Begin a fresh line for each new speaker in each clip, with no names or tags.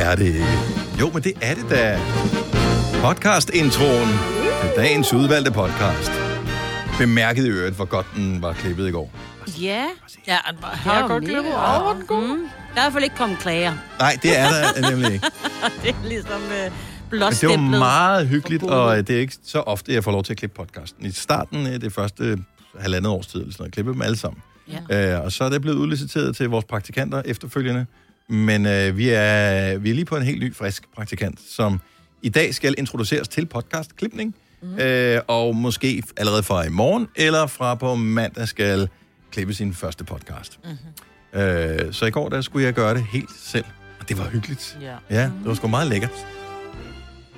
er det ikke. Jo, men det er det da. Podcast-introen. Dagens udvalgte podcast. Bemærkede i øvrigt, hvor godt den var klippet i går.
Ja.
Ja, han var- har jeg godt glemt over den gode.
Mm. Der er i hvert fald ikke kommet klager.
Nej, det er der nemlig ikke.
Det er ligesom øh,
Men det var
blåstemplet.
meget hyggeligt,
Forbudt.
og øh, det er ikke så ofte, jeg får lov til at klippe podcasten. I starten, øh, det første halvandet års tid, eller sådan noget, klippede dem alle sammen. Ja. Øh, og så er det blevet udliciteret til vores praktikanter efterfølgende. Men øh, vi, er, vi er lige på en helt ny, frisk praktikant, som i dag skal introduceres til podcastklipning. Mm. Øh, og måske allerede fra i morgen, eller fra på mandag skal klippe sin første podcast. Mm-hmm. Øh, så i går, der skulle jeg gøre det helt selv. Og det var hyggeligt.
Ja.
Ja, det var sgu meget lækkert.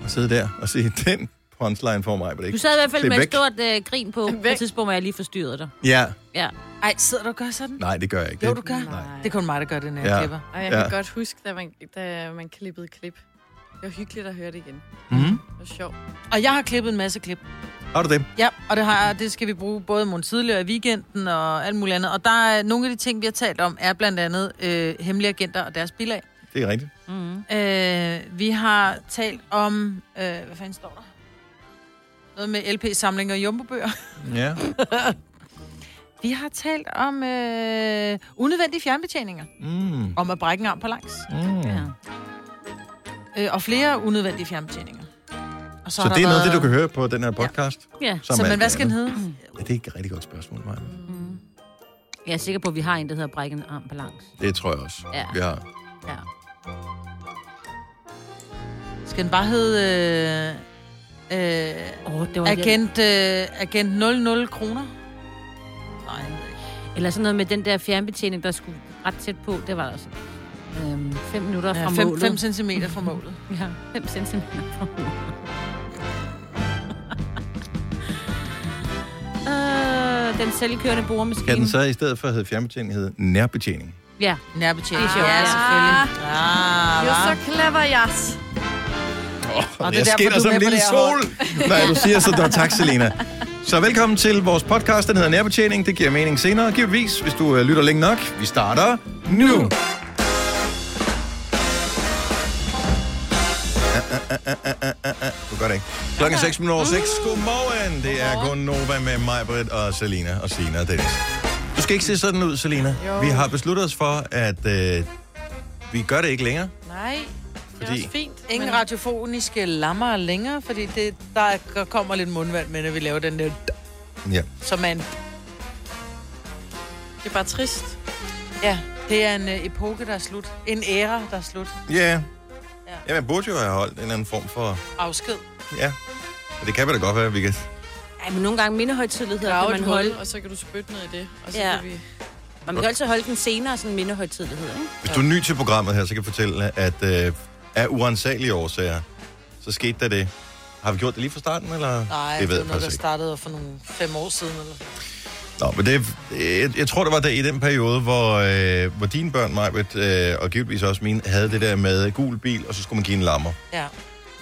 At sidde der og se den punchline for mig. Ikke?
Du sad i hvert fald
Klip
med et
væk.
stort øh, grin på, på
Væk.
et tidspunkt, hvor jeg lige forstyrrede dig.
Ja,
Ja.
Ej, sidder du og gør sådan?
nej, det gør jeg ikke.
Jo,
Det-
du gør.
Nej.
Det er kun mig, der gør det, når
Ja.
jeg klipper.
Og jeg kan
Ja.
godt huske, da man, da man klippede klip. Det var hyggeligt at høre det igen.
Mhm.
Det var sjovt.
Og jeg har klippet en masse klip.
Har du det?
Ja, og det, har, det skal vi bruge både i morgen tidligere i weekenden og alt muligt andet. Og der er nogle af de ting, vi har talt om, er blandt andet øh, hemmelige agenter og deres bilag.
Det er rigtigt.
Øh, vi har talt om, øh, hvad fanden står der? Noget med LP-samlinger og jumbobøger.
Ja.
Vi har talt om øh, unødvendige fjernbetjeninger.
Mm.
Om at brække en arm på langs.
Mm.
Øh, og flere unødvendige fjernbetjeninger. Og
Så
har
det er
der
noget, af det
været-
du kan høre på den her podcast?
Ja.
som
Så,
alt
men hvad
det
skal den
andet.
hedde?
Ja, det er ikke et rigtig godt spørgsmål, Maja.
Jeg er sikker på, at vi har en, der hedder Brækken Arm Balance.
Det tror jeg også.
Ja.
Vi har.
Ja.
Skal den bare hedde... Øh, øh,
Oh, det var
Agent, øh, agent 00 kroner? Nej, jeg ved ikke.
Eller sådan noget med den der fjernbetjening, der skulle ret tæt på. Det var der også. Øhm, fem minutter fra
ja, 5,
målet.
5 cm fra målet.
Ja, 5 centimeter fra målet. øh, den selvkørende boremaskine.
Kan den så i stedet for hedde fjernbetjening, hedde nærbetjening?
Ja.
Nærbetjening.
Det er sjovt.
Ja, selvfølgelig.
Ah.
Ah,
Det var så clever, jas.
Oh,
det er
jeg
derfor,
skinner
du er
som en
med på
lille
det her
sol, når du siger sådan. Tak, Selena. Så velkommen til vores podcast, den hedder Nærbetjening. Det giver mening senere, givetvis, hvis du øh, lytter længe nok. Vi starter nu. Du gør det ikke. Klokken er 6 minutter over 6. Godmorgen. Det er kun Nova med mig, Britt og Selina og Sina og Dennis. Du skal ikke se sådan ud, Selina. Vi har besluttet os for, at øh, vi gør det ikke længere.
Nej, det var
Fordi-
også fint.
Ingen
men-
radiofoniske lammer længere, fordi det, der kommer lidt mundvand med, når vi laver den der, d-
Ja.
som er en,
Det er bare trist.
ja, det er en øh, epoke, der er slut. En æra, der er slut.
Ja. Ja, man burde jo have holdt en eller anden form for...
Afsked.
Ja. Og det kan vi da godt være, vi kan...
Ej, men nogle gange mindehøjtidligheder
Grave
kan
et
man
hul,
holde.
og så kan du spytte ned i det. Og så
Ja.
kan vi...
Man kan altid holde den senere, sådan mindehøjtidlighed, ikke?
Hvis du er ny til programmet her, så kan jeg fortælle, at øh, af urensagelige årsager, så skete der det. Har vi gjort det lige fra starten, eller?
Nej,
det ved jeg
noget, der
faktisk ikke.
startede for nogle fem år siden. Eller.
Nå, men det, jeg, jeg tror, det var der i den periode, hvor, øh, hvor dine børn, Majbet, øh, og givetvis også mine, havde det der med gul bil, og så skulle man give en lammer.
Ja.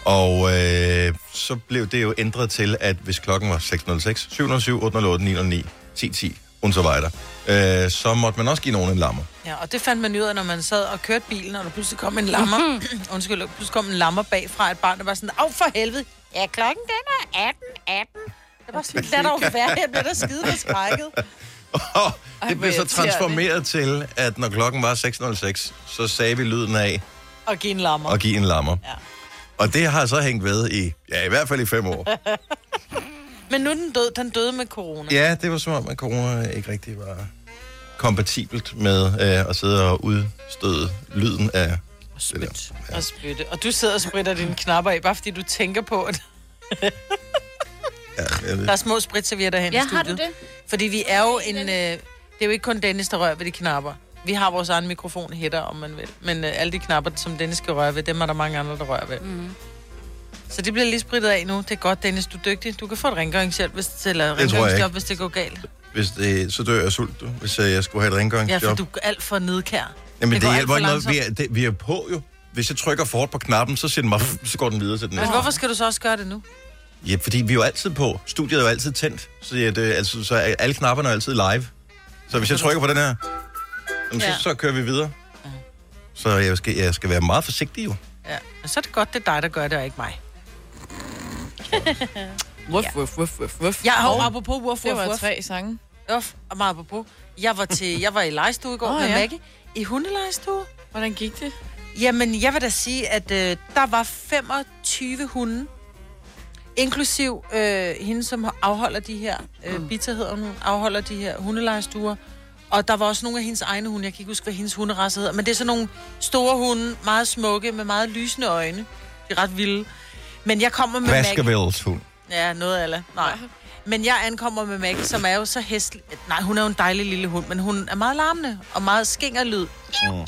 Og øh, så blev det jo ændret til, at hvis klokken var 606, 707, 808, 909, 1010, und så weiter, øh, så måtte man også give nogen en lammer.
Ja, og det fandt man ud af, når man sad og kørte bilen, og der pludselig kom en lammer. undskyld, der pludselig kom en lammer bagfra et barn, der var sådan, af for helvede. Ja, klokken den er 18, 18. Det var sådan, lad dog være, jeg blev da skide forskrækket.
Og det blev så
irriterende.
transformeret til, at når klokken var 606, så sagde vi lyden af
Og give en lammer.
at give en lammer.
Ja.
Og det har så hængt ved i, ja, i hvert fald i fem år.
Men nu er den død, den døde med corona.
Ja, det var som om, at corona ikke rigtig var kompatibelt med øh, at sidde og udstøde lyden af det der. Ja.
Og spytte. Og du sidder og spritter dine knapper af, bare fordi du tænker på, at
Ja, jeg ved.
der er små spritservietter hen i
Ja, har
studiet.
du det?
Fordi vi er jo en... Øh, det er jo ikke kun Dennis, der rører ved de knapper. Vi har vores egen mikrofon hætter, om man vil. Men øh, alle de knapper, som Dennis skal røre ved, dem er der mange andre, der rører ved. Mm. Så det bliver lige spritet af nu. Det er godt, Dennis. Du er dygtig. Du kan få et rengøringshjælp, hvis det, eller
jeg
rengøringsjob,
ikke.
hvis det går galt.
Hvis det, så dør jeg af sult, du, hvis øh, jeg skulle have et
Ja,
rengøringsjob.
for du er alt for nedkær.
Jamen, det,
går
det
alt
hjælper
for
ikke noget.
langsomt.
Vi er, det, vi er på jo. Hvis jeg trykker for hårdt på knappen, så, siger den mig, så går den videre til den næste.
Men Altså, hvorfor skal du så også gøre det nu?
Ja, fordi vi er jo altid på. Studiet er jo altid tændt. Så, ja, det, altså, så er alle knapperne er altid live. Så hvis jeg trykker på den her, jamen, så,
Ja.
så kører vi videre. Så jeg skal, jeg skal være meget forsigtig jo.
Ja. Men så er det godt, det er dig, der gør det, og ikke mig.
Wuff, wuff, wuff, wuff, wuff.
Jeg har apropos woof,
Det
woof,
var
woof.
tre sange.
Uff, og meget apropos. Jeg var, til, jeg var i lejestue i går
Åh,
oh, med
ja.
ja. Maggie. I hundelejestue.
Hvordan gik det?
Jamen, jeg vil da sige, at øh, der var 25 hunde. Inklusiv øh, hende, som afholder de her, øh, mm. Bita hedder hun, afholder de her hundelejestuer. Og der var også nogle af hendes egne hunde. Jeg kan ikke huske, hvad hendes hunderasse hedder. Men det er sådan nogle store hunde, meget smukke, med meget lysende øjne. De er ret vilde. Men jeg kommer med Maggie.
Baskervilles hund.
Ja, noget af det. Nej. Men jeg ankommer med Maggie, som er jo så hestlig. Nej, hun er jo en dejlig lille hund, men hun er meget larmende og meget skingerlyd,
Mm.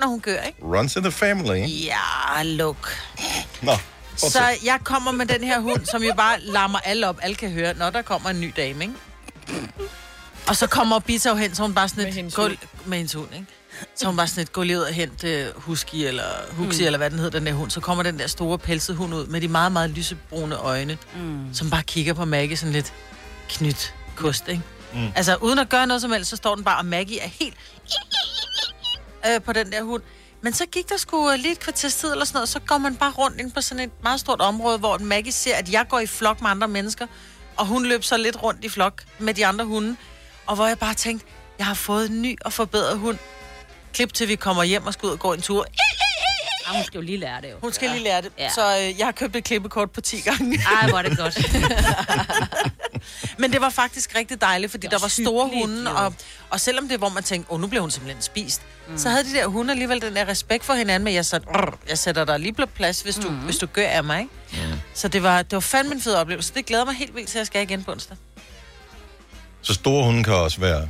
når hun gør, ikke?
Runs in the family.
Ja, luk.
Nå, fortsæt.
Så jeg kommer med den her hund, som jo bare larmer alle op. Alle kan høre, når der kommer en ny dame, ikke? Og så kommer Bita jo hen, så hun bare sådan
Med
et...
hendes
Gå,
hund.
med hendes hund, ikke? Så hun bare sådan et, gå lige ud og hent uh, Husky eller Huxi, mm. eller hvad den hedder, den der hund. Så kommer den der store pelsede hund ud med de meget, meget lysebrune øjne, mm. som bare kigger på Maggie sådan lidt knyt kost, ikke? Mm. Altså, uden at gøre noget som helst, så står den bare, og Maggie er helt øh, på den der hund. Men så gik der sgu øh, lige et kvarters tid eller sådan noget, så går man bare rundt ind på sådan et meget stort område, hvor Maggie ser, at jeg går i flok med andre mennesker, og hun løb så lidt rundt i flok med de andre hunde. Og hvor jeg bare tænkte, jeg har fået en ny og forbedret hund. Klip til vi kommer hjem og skal ud og gå en tur.
Ah, hun skal jo lige lære det jo.
Hun skal lige lære det.
Ja.
Så øh, jeg har købt et klippekort på 10 gange.
Ej, hvor er det godt.
Men det var faktisk rigtig dejligt, fordi
Det er
der var
også
store
hyggeligt,
hunde,
jo.
og, og selvom det hvor man tænkte, åh, nu bliver hun simpelthen spist, mm. så havde de der hunde alligevel den der respekt for hinanden, men jeg sagde, "Rrr, jeg sætter dig lige på plads, hvis du, mm. hvis du gør af mig. Ikke? Mm. Så det var, det var fandme en fed oplevelse. Det glæder mig helt vildt til, at jeg skal igen på onsdag.
Så store hunde kan også være,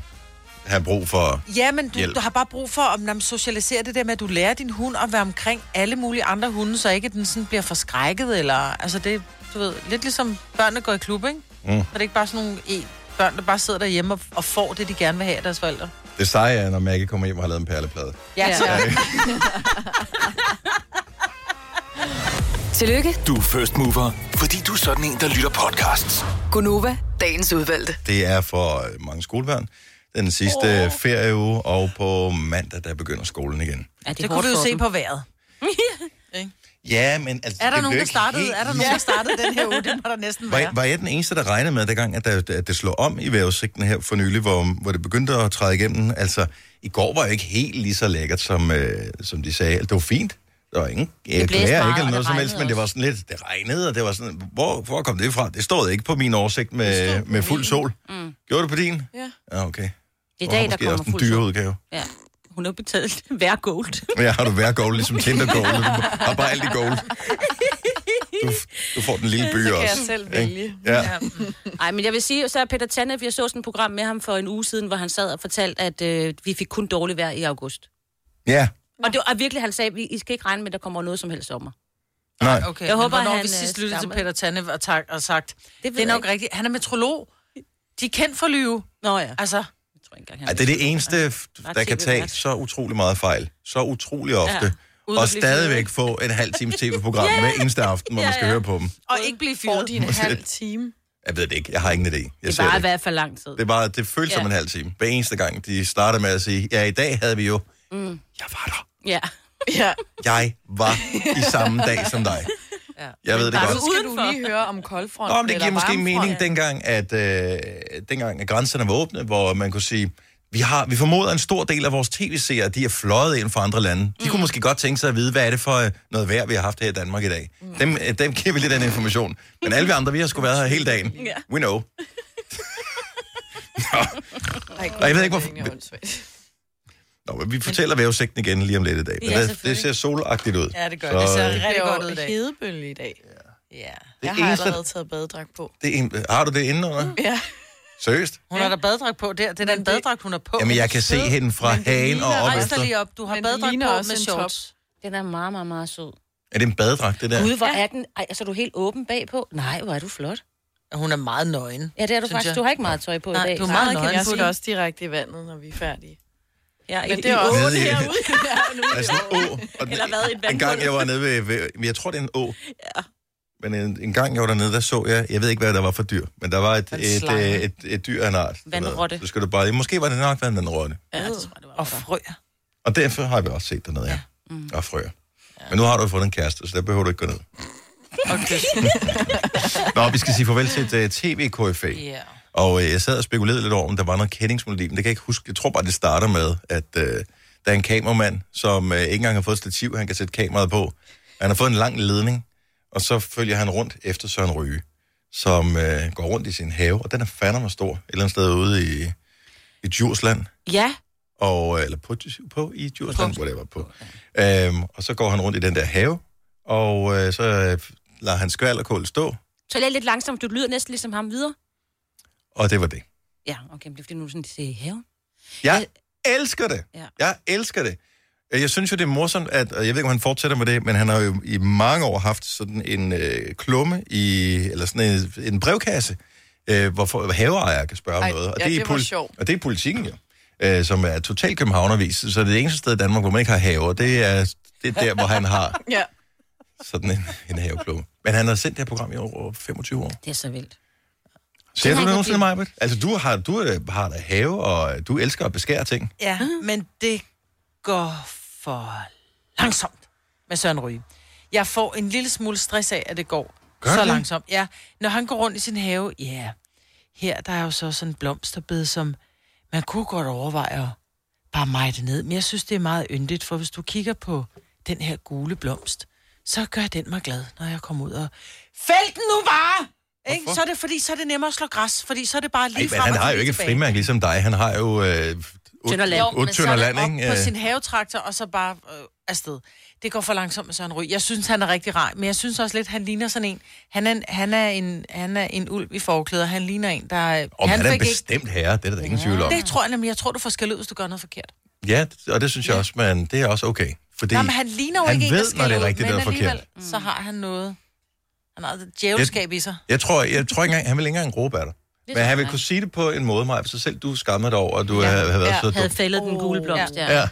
have brug for...
Ja, men du,
Hjælp.
du har bare brug for at jamen, socialisere det der med, at du lærer din hund at være omkring alle mulige andre hunde, så ikke den sådan bliver forskrækket, eller... Altså det, du ved, lidt ligesom børnene går i klub, ikke? Mm. Så det er ikke bare sådan nogle e- børn, der bare sidder derhjemme og, og får det, de gerne vil have af deres forældre.
Det seje er, når Maggie kommer hjem og har lavet en perleplade.
Ja, ja.
Tillykke,
Du er first mover, fordi du er sådan en, der lytter podcasts.
Gunova, dagens udvalgte.
Det er for øh, mange skolebørn. Den sidste oh. ferieuge, og på mandag, der begynder skolen igen.
Ja,
Det, det kunne vi jo se på vejret.
Ja, men... Altså,
Er der
det
nogen,
blev
der
ikke
startede,
helt
er der nogen,
lige-
der startede den her uge? Det må der næsten
Var,
være.
var jeg den eneste, der regnede med, dengang, at, der, at det slog om i vejrudsigten her for nylig, hvor, hvor det begyndte at træde igennem? Altså, i går var jo ikke helt lige så lækkert, som, øh, som de sagde. Det var fint. Der var ingen det
blæste
klager,
meget,
ikke,
og
eller
det
noget som
regnede
helst, men det var sådan lidt, det regnede, og det var sådan, hvor, hvor kom det fra? Det stod ikke på min oversigt med, med fuld sol. Mm. Gjorde det på din?
Ja.
Ja, okay.
Det er
Du
i
har
dag, der
måske
kommer
også en
fuld
dyre
sol.
udgave.
Ja. Hun har betalt hver gold.
Ja, har du hver gold, ligesom Tinder gold. Du har bare alt i gold. Du, du får den lille by
Så kan
også.
jeg selv
ikke?
vælge.
Ja.
Nej, men jeg vil sige, så er Peter Tanef, jeg så sådan et program med ham for en uge siden, hvor han sad og fortalte, at øh, vi fik kun dårligt vejr i august.
ja.
Og det var og virkelig, han sagde, vi- I skal ikke regne med, at der kommer noget som helst sommer.
Nej.
Okay,
Jeg
men
håber,
hvornår
han,
vi
øh,
sidst lyttede til
stammer.
Peter Tanne og, tak, og sagt,
ved
det, det er
jeg
nok
ikke.
rigtigt. Han er metrolog. De er kendt for lyve.
Nå ja,
Altså,
jeg tror ikke engang, han
Ja, det er det eneste, f- der kan
TV
tage
vært.
så utrolig meget fejl, så utrolig ofte, ja,
uden
og
at blive
stadigvæk få en halv times tv-program hver eneste aften, hvor man skal
ja.
høre på dem.
og ikke blive
Får
fyret.
de en halv time?
Jeg ved det ikke, jeg har ingen idé. Jeg
Det
ser det
var i
ikke.
hvert fald lang tid.
Det er bare, det føles som en halv time. Hver eneste gang, de starter med at sige, ja, i dag havde vi jo, jeg var der.
Ja.
Ja.
Jeg var i samme dag som dig. Jeg ved det
Bare
godt.
så skal du
Udenfor.
lige høre om koldfront.
Nå, men det
eller
giver måske
varmefront.
mening dengang, at, øh, dengang, at grænserne var åbne, hvor man kunne sige, vi, har, vi formoder en stor del af vores tv-seere, de er fløjet ind fra andre lande. De
Mm.
kunne måske godt tænke sig at vide, hvad er det for øh, noget vejr, vi har haft her i Danmark i dag.
Mm.
Dem, øh, dem giver vi lidt den information. Men alle vi andre, vi har sgu været her hele dagen. We know.
Ej, gud,
Og jeg ved ikke,
det er
hvorfor-
egentlig åndssvagt.
Nå, men vi fortæller vejrudsigten igen lige om lidt i dag. Men
Ja,
det, det
selvfølgelig.
ser solagtigt ud.
Ja, det gør
Så,
det. Det ser
øh,
rigtig godt ud i
Det er
dag.
jo hedebølge i dag.
Ja.
Jeg har
eneste-
allerede taget badedragt på.
det er en, har du det indenunder?
Ja.
Seriøst?
Hun har da baddragt på der. Det er da en baddragt, hun har på.
Jamen, jeg kan se hende fra hagen og op
Rejs
efter.
dig lige op. Du har
Men det
baddragt
ligner
på
også
med
en
shorts.
Den er meget, meget, meget sød.
Er det en badedragt, det der?
Gud, hvor er den... Ej, så er du helt åben bagpå. Nej, hvor er du flot.
Og Hun er meget nøgen.
Ja, det er du
Synes
faktisk.
jeg.
Du har ikke meget tøj på
Nej,
i dag.
du er
Meget
Nå,
kan
en
jeg
putte.
putte også direkte i vandet, når vi er færdige.
Ja,
Men det er også
Nede i-
herude.
Der er sådan en å. Og
Eller hvad, et vandhul?
En gang jeg var nede ved, ved men jeg tror det er en å. Ja. Men en, en gang jeg var dernede, der så jeg, jeg ved ikke hvad der var for dyr, men der var et,
En
et, øh,
slange.
et, et, et dyr af en art.
Vandrotte.
Så skal du bare, måske var det nok været en vandrotte.
Ja, det tror jeg, det var.
Og frøer.
Og derfor har vi også set dernede, ja. Mm. Og frøer. Ja. Men nu har du fået en kæreste, så der behøver du ikke gå ned.
Okay.
Nå, vi skal sige farvel til et uh, tv-KFA.
Ja.
Og øh, jeg sad og spekulerede lidt over, om der var noget kendingsmelodi, men det kan jeg ikke huske. Jeg tror bare, det starter med, at øh, der er en kameramand, som øh, ikke engang har fået et stativ, han kan sætte kameraet på. Han har fået en lang ledning, og så følger han rundt efter Søren Ryge, som øh, går rundt i sin have, og den er fandme stor, et eller andet sted ude i, i Djursland
Ja,
og, øh, eller på, på i Djursland, whatever, på. Øhm, og så går han rundt i den der have, og øh, så øh, lader han skvalderkål stå,
så lad lidt langsomt, du lyder næsten ligesom ham videre.
og det var det.
Ja, okay, men det er fordi nu er sådan, de siger, have.
Jeg elsker det.
Ja.
Jeg elsker det. Øh, Jeg synes jo, det er morsomt, at, og jeg ved ikke, om han fortsætter med det, men han har jo i mange år haft sådan en øh, klumme i, eller sådan en, en brevkasse, øh, hvor for- haveejere kan spørge om
Ej,
noget. Og
ja,
er
det var
poli-
sjovt.
Og det er politikken jo, øh, som er totalt københavnervis. Så det eneste sted i Danmark, hvor man ikke har haver, det er, det er der, hvor han har
Ja.
sådan en, en haveklumme. Men han har sendt det her program i over 25 år.
Det er så vildt.
Ser du
har
det
jeg
nogensinde,
ikke
Majbet? Altså, du har, du øh, har da have, og øh, du elsker at beskære ting.
Ja, men det går for langsomt med Søren Ryge. Jeg får en lille smule stress af, at det går
Gør
så
det?
langsomt. Ja, når han går rundt i sin have, ja, yeah. her der er jo så sådan en blomsterbed, som man kunne godt overveje at bare meje det ned. Men jeg synes, det er meget yndigt, for hvis du kigger på den her gule blomst, så gør den mig glad, når jeg kommer ud og... Fæld den nu bare! Ikke? Så er det fordi, så er det nemmere at slå græs, fordi så er det bare lige
Ej, men
frem
han
og
har jo
lige
ikke et
tilbage.
frimærke ligesom dig. Han har jo... Øh,
Tønderland. Jo,
Otte tønder land, ikke?
op på
Øh,
sin havetraktor, og så bare øh, afsted. Det går for langsomt med Søren Ryg. Jeg synes, han er rigtig rar, men jeg synes også lidt, han ligner sådan en. Han er, en- han er, en, han er en ulv i forklæder. Han ligner en, der... øh,
Om han er en bestemt herre, det er der da ingen tvivl om.
Det tror jeg nemlig. Jeg tror, du får skæld ud, hvis du gør noget forkert.
Ja, og det synes jeg også, men det er også okay. Fordi
Nej, men han ligner jo
han
ikke en, der
ved, når det er
skælder ud,
rigtigt
men
eller forkert.
alligevel, så har han noget... Han har et djævelskab i sig.
jeg tror, jeg tror ikke engang, han vil ikke engang råbe af dig. Men han vil kunne sige det på en måde, Maja, så selv du skammer dig over, at du ja. har været
Ja,
så
Havde
dum.
fældet den gule blomst, ja.
Ja.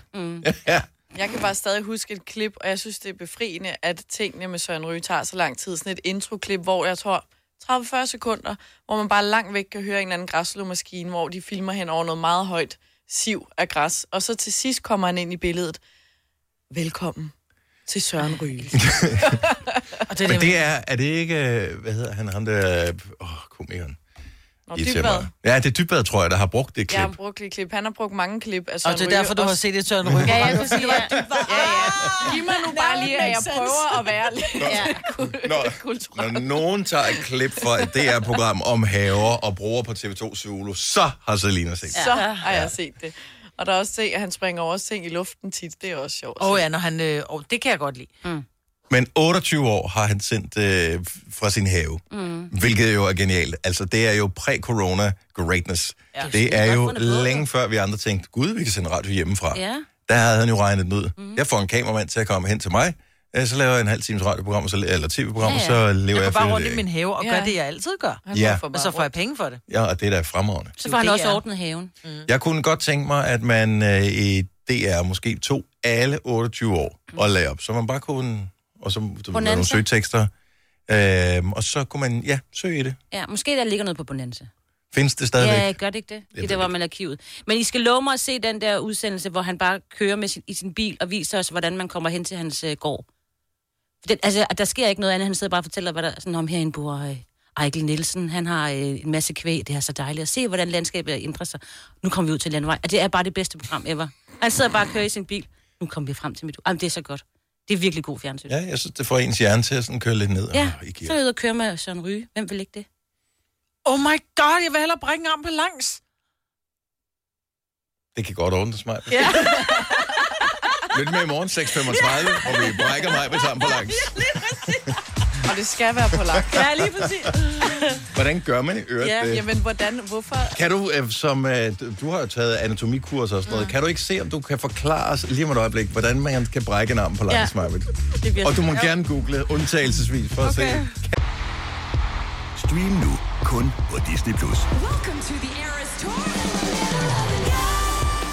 ja.
Jeg kan bare stadig huske et klip, og jeg synes, det er befriende, at tingene med Søren Ryge tager så lang tid. Sådan et introklip, hvor jeg tror 30-40 sekunder, hvor man bare langt væk kan høre en eller anden græsslåmaskine, hvor de filmer hen over noget meget højt siv af græs. Og så til sidst kommer han ind i billedet. Velkommen til Søren Ryge.
Og det er
Men
det,
det er, er det ikke, øh, hvad hedder han, ham der, øh, åh, oh, komikeren.
Nå,
Irriterer
Dybvad.
mig. Ja, det er dybbad, tror jeg, der har brugt det klip.
Jeg har brugt et klip. Han har brugt mange klip af Søren
og det er
Ryge,
derfor, du
og
har set et Søren Ryg.
Ja, jeg kunne sige, at du var... Ja, ja. Giv mig nu bare lige, at jeg prøver at være lidt
Når, når nogen tager et klip fra et DR-program om haver og bruger på TV2 Zulu, så har Selina set det.
Så har jeg set det. Og der er også se, at han springer over ting i luften tit. Det er også sjovt.
Åh oh, ja, når han... Øh, oh, det kan jeg godt lide.
Mm.
Men 28 år har han sendt øh, fra sin have, mm. hvilket jo er genialt. Altså, det er jo præ-corona greatness. Ja. Det er jo
Godt fundet på,
længe før vi andre tænkte, gud, vi kan sende radio hjemmefra.
Ja.
Der havde han jo regnet den ud. Mm. Jeg får en kameramand til at komme hen til mig, øh, så laver jeg en halv times radioprogram, og så- eller tv-program, ja, ja.
Ja, ja.
og så lever
Jeg
jeg,
går bare
for
rundt
det.
i min have og gør
Ja.
det, jeg altid gør.
Ja.
Og så får jeg penge for det.
Ja, og det er da fremragende.
Så får han
Det
også
er-
ordnet haven.
Mm.
Jeg kunne godt tænke mig, at man øh, i DR måske tog alle 28 år og lagde op, så man bare kunne, og så du ved, nogle
Bonanza.
søgetekster, øh, og så kunne man, ja, søge i det.
Ja, måske der ligger noget på Bonanza.
Findes det stadigvæk?
Ja,
Ja,
gør det ikke det?
ved
Det der, hvor man er arkivet. Men I skal love mig at se den der udsendelse, hvor han bare kører med sin, i sin bil og viser os, hvordan man kommer hen til hans øh, gård. For Den, altså, der sker ikke noget andet. Han sidder bare og fortæller, hvad der sådan om herinde bor øh, Ejkel Nielsen. Han har øh, en masse kvæg. Det er så dejligt at se, hvordan landskabet ændrer sig. Nu kommer vi ud til landevej, og det er bare det bedste program ever. Han sidder bare og kører i sin bil. Nu kommer vi frem til mit... Jamen, det er så godt. Det er virkelig god fjernsyn. Ja,
ja jeg synes, det får ens hjerne til at sådan køre lidt ned.
ja
Åh, I
så
giver.
er jeg ude og køre med Søren Ryge. Hvem vil ikke det?
Oh my god, jeg vil hellere bringe arm på langs.
Det kan godt ordnes mig. Ja. Lidt med i morgen 6.35, hvor vi brækker mig på sammen på langs.
Og det skal være på langt.
Ja, lige præcis.
Hvordan gør man i øvrigt
Ja,
det?
jamen, hvordan, hvorfor?
Kan du, øh, som øh, du- du har jo taget anatomikurser og sådan noget, kan du ikke se, om du kan forklare os lige om et øjeblik, hvordan man kan brække en arm på langs, ja.
bliver
Og du må gerne google undtagelsesvis for okay. at se.
Stream nu kun på Disney+. Plus.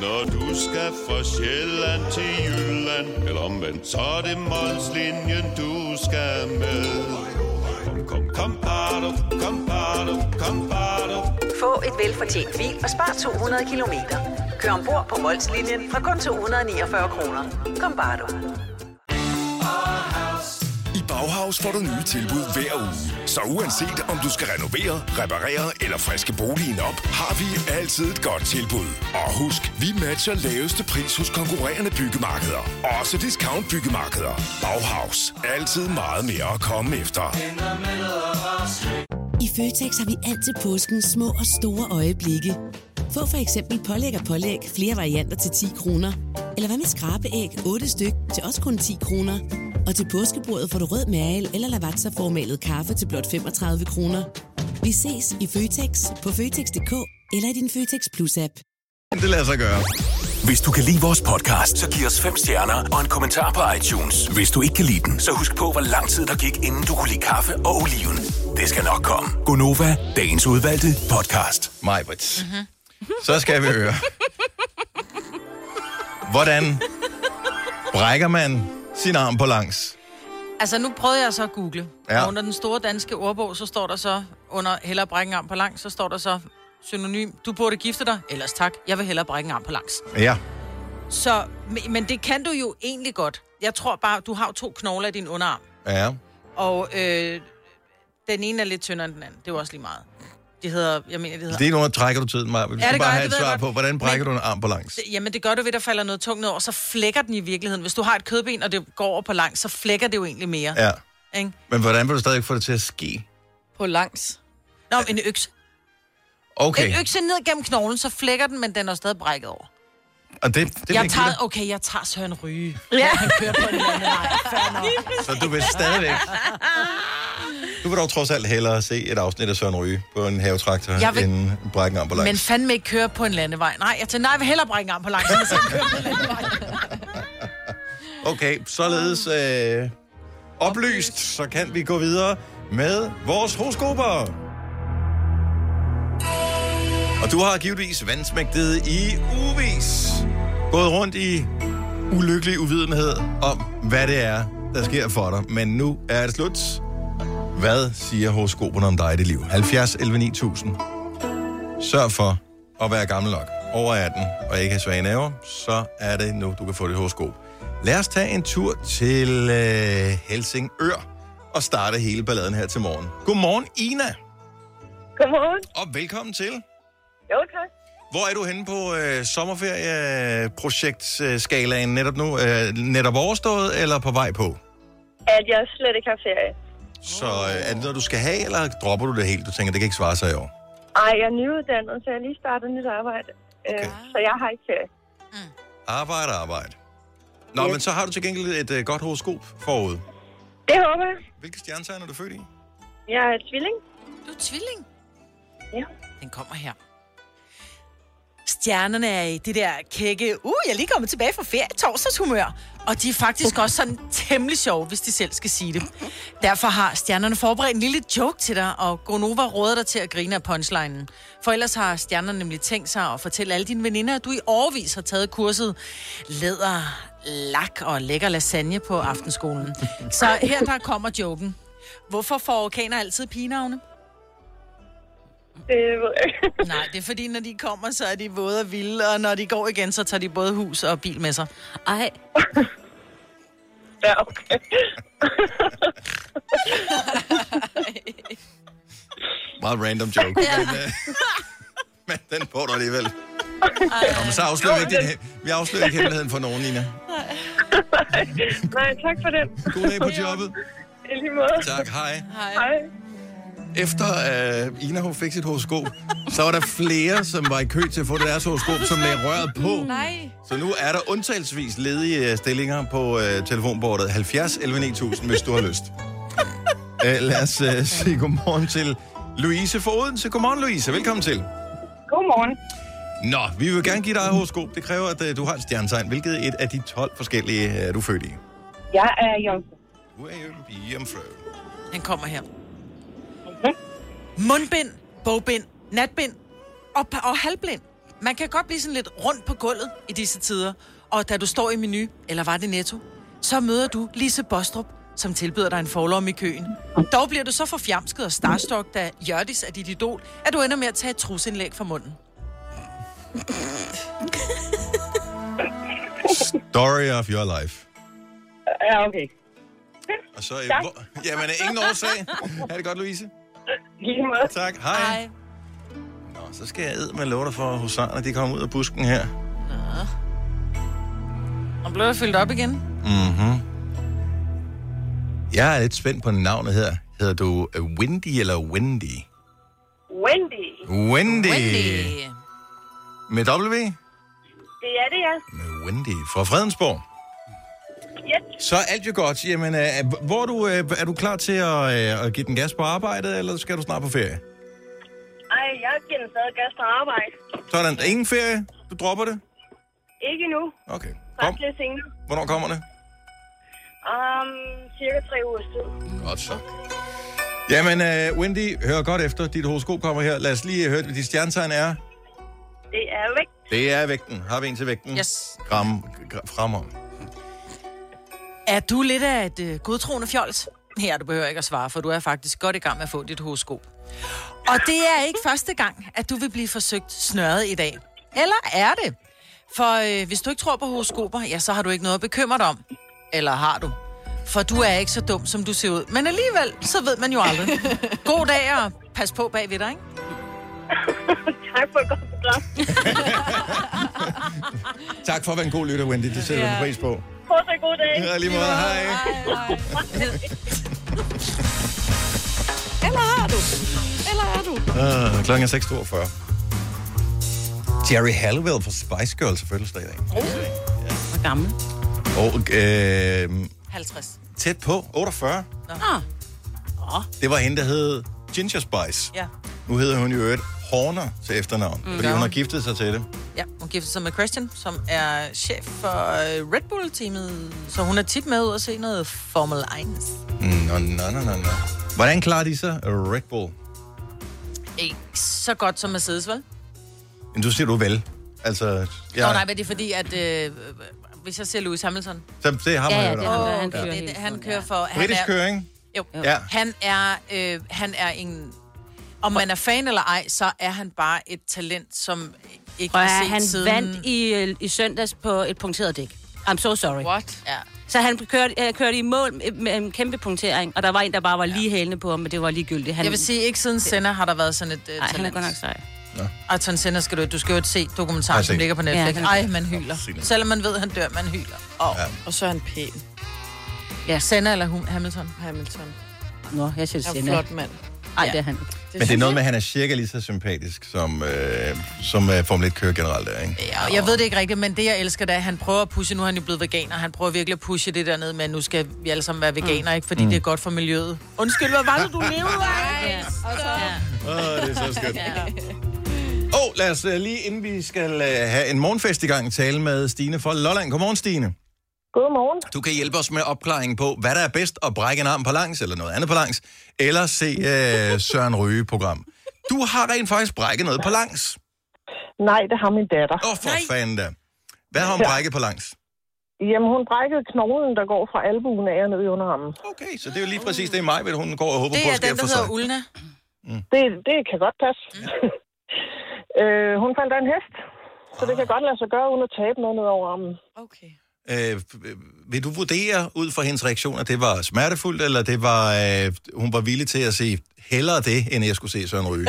Når du skal fra Sjælland til Jylland, eller omvendt, så er det Molslinjen, du skal med. Kom, kom, kom, bado, kom, bado, kom, bado.
Få et velfortjent bil og spar 200 kilometer. Kør ombord på Molslinjen fra kun 249 kroner. Kom bare du.
I Bauhaus får du nye tilbud hver uge. Så uanset om du skal renovere, reparere eller friske boligen op, har vi altid et godt tilbud. Og husk, vi matcher laveste pris hos konkurrerende byggemarkeder. Også discount byggemarkeder. Bauhaus. Altid meget mere at komme efter.
I Føtex har vi alt til påsken små og store øjeblikke. Få for eksempel pålæg og pålæg flere varianter til 10 kroner. Eller hvad med skrabeæg 8 styk til også kun 10 kroner. Og til påskebordet får du rød mal eller lavatserformalet kaffe til blot 35 kroner. Vi ses i Føtex på Føtex.dk eller i din Føtex Plus-app.
Det lader sig gøre.
Hvis du kan lide vores podcast, så giv os fem stjerner og en kommentar på iTunes. Hvis du ikke kan lide den, så husk på, hvor lang tid der gik, inden du kunne lide kaffe og oliven. Det skal nok komme.
Gonova, dagens udvalgte podcast. Mig,
Mm-hmm.
Så skal vi høre. Hvordan brækker man sin arm på langs?
Altså, nu prøvede jeg så at google.
Ja.
Ja. Og under den store danske ordbog, så står der så, under hellere brække en arm på lang, så står der så synonym, du burde gifte dig, ellers tak, jeg vil hellere brække en arm på langs.
Ja.
Så, men- men det kan du jo egentlig godt. Jeg tror bare, du har jo to knogler i din underarm,
Ja.
og øh, den ene er lidt tyndere end den anden. Det er jo også lige meget. Det hedder, jeg mener, det hedder...
Det er nu, at trækker du tiden, Maja. Vi
Ja,
skal
det
bare
gør jeg,
have et
det ved jeg
svar
godt.
på, hvordan brækker
Men-
du en arm på langs?
Det- Jamen, det gør du ved, der falder noget tungt ned over, så flækker den i virkeligheden. Hvis du har et kødben, og det går over på langs, så flækker det jo egentlig mere.
Ja.
Ikke?
Men hvordan vil du stadig få det til at ske?
På langs. Nå, en økse.
Okay,
En økse ned gennem knoglen, så flækker den, men den er stadig brækket over.
og det,
Det
det
jeg
vigtigt.
tager, okay, jeg tager Søren Ryge. Ja. Han kører på den anden vej. Fair nok.
Så du vil stadigvæk... Du vil dog trods alt hellere se et afsnit af Søren Ryge på en havetraktor,
Jeg vil-
vil... end brække en arm på langs.
Men fandme ikke køre på en landevej. Nej, jeg tænker, nej, jeg vil hellere brække en arm på langs, end at se ham køre på en landevej.
Okay, således øh, oplyst, så kan vi gå videre med vores horoskoper. Og du har givetvis vandsmægtet i uvis. Gået rundt i ulykkelig uvidenhed om, hvad det er, der sker for dig. Men nu er det slut. Hvad siger horoskoperne om dig i dit liv? 70 11 9000. Sørg for at være gammel nok. Over 18 og ikke have svage naver, så er det nu, du kan få dit horoskop. Lad os tage en tur til øh, Helsingør og starte hele balladen her til morgen. Godmorgen, Ina.
Godmorgen.
Og velkommen til.
Jo, tak.
Hvor er du henne på øh, sommerferieprojektskalaen netop nu? Øh, netop overstået eller på vej på?
At jeg slet ikke har ferie.
Så øh, er det noget, du skal have, eller dropper du det helt? Du tænker, det kan ikke svare sig i år.
Ej, jeg er nyuddannet, så jeg har lige startet nyt arbejde. Okay. Øh, så jeg har ikke ferie.
Arbejde, arbejde. Nå, men så har du til gengæld et øh, godt horoskop forud.
Det håber jeg.
Hvilke stjernetegn er du født i?
Jeg er tvilling.
Du er tvilling?
Ja.
Den kommer her. Stjernerne er i det der kække, uh, jeg er lige kommet tilbage fra ferie, torsdagshumør. Og de er faktisk også sådan temmelig sjove, hvis de selv skal sige det. Derfor har stjernerne forberedt en lille joke til dig, og Gonova råder dig til at grine af punchlinen. For ellers har stjernerne nemlig tænkt sig at fortælle alle dine veninder, at du i årvis har taget kurset læder, lak og lækker lasagne på aftenskolen. Så her der kommer joken. Hvorfor får orkaner altid pigenavne?
Det ved jeg
Nej, det er fordi, når de kommer, så er de våde og vilde, og når de går igen, så tager de både hus og bil med sig. Ej.
ja, okay.
Meget random joke. Ja. Men, øh, men den får du alligevel. Nå, men så afslører vi ikke din, he- vi afslører ikke hemmeligheden for nogen, Nina.
Nej, tak for det.
God dag på jobbet.
I lige måde.
Tak, hej.
Hej. Hej.
Efter øh, Ina hun fik sit horoskop, så var der flere, som var i kø til at få deres horoskop, som lagde røret på.
Nej.
Så nu er der undtagelsesvis ledige øh, stillinger på øh, telefonbordet 70 11 9000, hvis du har lyst. øh, lad os øh, sige godmorgen til Louise for Odense. Godmorgen, Louise. Velkommen til.
Godmorgen.
Nå, vi vil gerne give dig et horoskop. Det kræver, at øh, du har et stjernetegn. Hvilket et af de 12 forskellige øh, er du født i?
Jeg er jomfru.
Du er jo en pige, jomfru.
Mhm.
Den kommer her. Mundbind, bogbind, natbind og, pa- og halvblind. Man kan godt blive sådan lidt rundt på gulvet i disse tider. Og da du står i menu, eller var det netto, så møder du Lise Bostrup, som tilbyder dig en forlom i køen. Dog bliver du så forfjamsket og starstruck, da Jørdis er dit idol, at du ender med at tage et trusindlæg fra munden.
Story of your life.
Ja, okay.
Og så, øh,
Tak.
hvor, jamen, øh, ingen årsag. Ha' det godt, Louise.
Lige måde.
Tak, hej. hej. Nå, så skal jeg med love dig for, at husarerne, de kommer ud af busken her.
Og blev jeg fyldt op igen?
Mhm. Jeg er lidt spændt på navnet her. Hedder du øh, Windy eller Wendy?
Wendy.
Wendy. Med W?
Det er det, ja.
Wendy fra Fredensborg.
Yep.
Så er alt jo godt. Jamen, øh, er- hvor er du, øh, er du klar til at, øh, at give den gas på arbejdet, eller skal du snart på ferie?
Ej, jeg giver den stadig gas på arbejde.
Sådan, der er ingen ferie. Du dropper det.
Ikke endnu.
Okay.
Kom. lidt senere.
Hvornår kommer det?
Om cirka tre uger tid.
Godt så. Jamen, øh, Wendy, hør godt efter. Dit horoskop kommer her. Lad os lige øh, høre, hvad dit stjernetegn er.
Det er væk.
Det er vægten. Har vi en til vægten?
Yes.
Gram, gra, fremmer.
Er du lidt af et øh, godtroende fjols? Her, du behøver ikke at svare, for du er faktisk godt i gang med at få dit hosko. Og det er ikke første gang, at du vil blive forsøgt snørret i dag. Eller er det? For øh, hvis du ikke tror på horoskoper, ja, så har du ikke noget at bekymre dig om. Eller har du? For du er ikke så dum, som du ser ud. Men alligevel, så ved man jo aldrig. God dag, og pas på bagved dig, ikke?
tak for et godt program.
Tak for at være en god lytter, Wendy. Det sætter vi
Ja.
pris på.
Fortsat god dag.
Ja, lige måde. Hej.
Eller har du? Eller har du?
Uh, klokken er 6.42. Jerry Halliwell fra Spice Girls er fødselsdag i dag.
Hvor gammel?
Og øh,
50.
tæt på, 48.
Nå. Ah.
Det var hende, der hed Ginger Spice.
Ja.
Nu hedder hun i øvrigt Horner til efternavn,
Mm.
mm. fordi
Ja.
hun har giftet sig til det.
Ja, hun giftede sig med Christian, som er chef for øh, Red Bull-teamet. Så hun er tit med ud og se noget Formel 1.
Mm, Nå, nå, nå, nå, nå. Hvordan klarer de sig? Red Bull.
Ikke så godt som Mercedes, vel?
Men du siger du vel. Altså,
Ja. Nå, nej, men det er fordi, at... Øh, hvis jeg ser Lewis Hamilton.
Så det har man
ja,
hørt
det
om.
er han,
Ja.
kører, det, han kører for...
Britisk
han er,
køring.
Jo.
Ja.
Ja. Han, er, øh, han er en... Om man er fan eller ej, så er han bare et talent, som ikke
Prøv at
har
høre,
set
han
siden...
vandt i, øh, i søndags på et punkteret dæk. I'm so sorry.
What? Ja.
Så han kørte, øh, kørte i mål med- med en kæmpe punktering, og der var en, der bare var lige hælende på ham, men det var ligegyldigt. Han,
Jeg vil sige, ikke siden Senna har der været sådan et øh,
Ej, han er
talent.
godt nok sej.
Og Ton Senna skal du, du skal jo ikke se
Har
dokumentaren,
jeg
som
set.
ligger på
Ja,
Netflix.
den
Ja,
er
Ej,
god.
man hyler. Selvom man ved, at han dør, man hyler. Og,
ja.
og så er han pæn. Ja, Senna eller hun, Hamilton? Hamilton.
Nå, jeg synes,
Han er en
Senna.
flot mand.
Ej,
Ja.
det er han.
Men det er noget med, at han er cirka lige så sympatisk, som, øh, som øh, Formel 1 kører generelt er, ikke?
Ja, og jeg ved det ikke rigtigt, men det, jeg elsker, det er, at han prøver at pushe, nu er han jo blevet veganer, han prøver virkelig at pushe det dernede med, at nu skal vi alle sammen være veganer, ikke? Fordi
Mm.
det er godt for miljøet. Undskyld, hvad var det, du levede af? Ja.
Åh, det er så skønt. Åh, oh, lad os øh, lige, inden vi skal øh, have en morgenfest i gang, tale med Stine fra Lolland. Godmorgen, Stine.
Godmorgen.
Du kan hjælpe os med opklaringen på, hvad der er bedst, at brække en arm på langs, eller noget andet på langs, eller se øh, Søren Røge-program. Du har rent faktisk brækket noget på langs.
Nej, det har min datter.
Åh, oh, for fanden da. Hvad har hun
Ja.
brækket på langs?
Jamen, hun brækkede knoglen, der går fra albuen af og ned i underarmen.
Okay, så det er jo lige præcis det i mig, hvad hun går og håber
Det
på,
er
sker
den, der
for
hedder
sig. Mm.
Ulna.
Det, det kan godt passe. øh, hun faldt af en hest, så det kan godt lade sig gøre, uden at tabe noget ned over armen.
Øh, øh, vil du vurdere ud fra hendes reaktion, at det var smertefuldt, eller det var, øh, hun var villig til at sige, hellere det, end jeg skulle se Søren Ryge?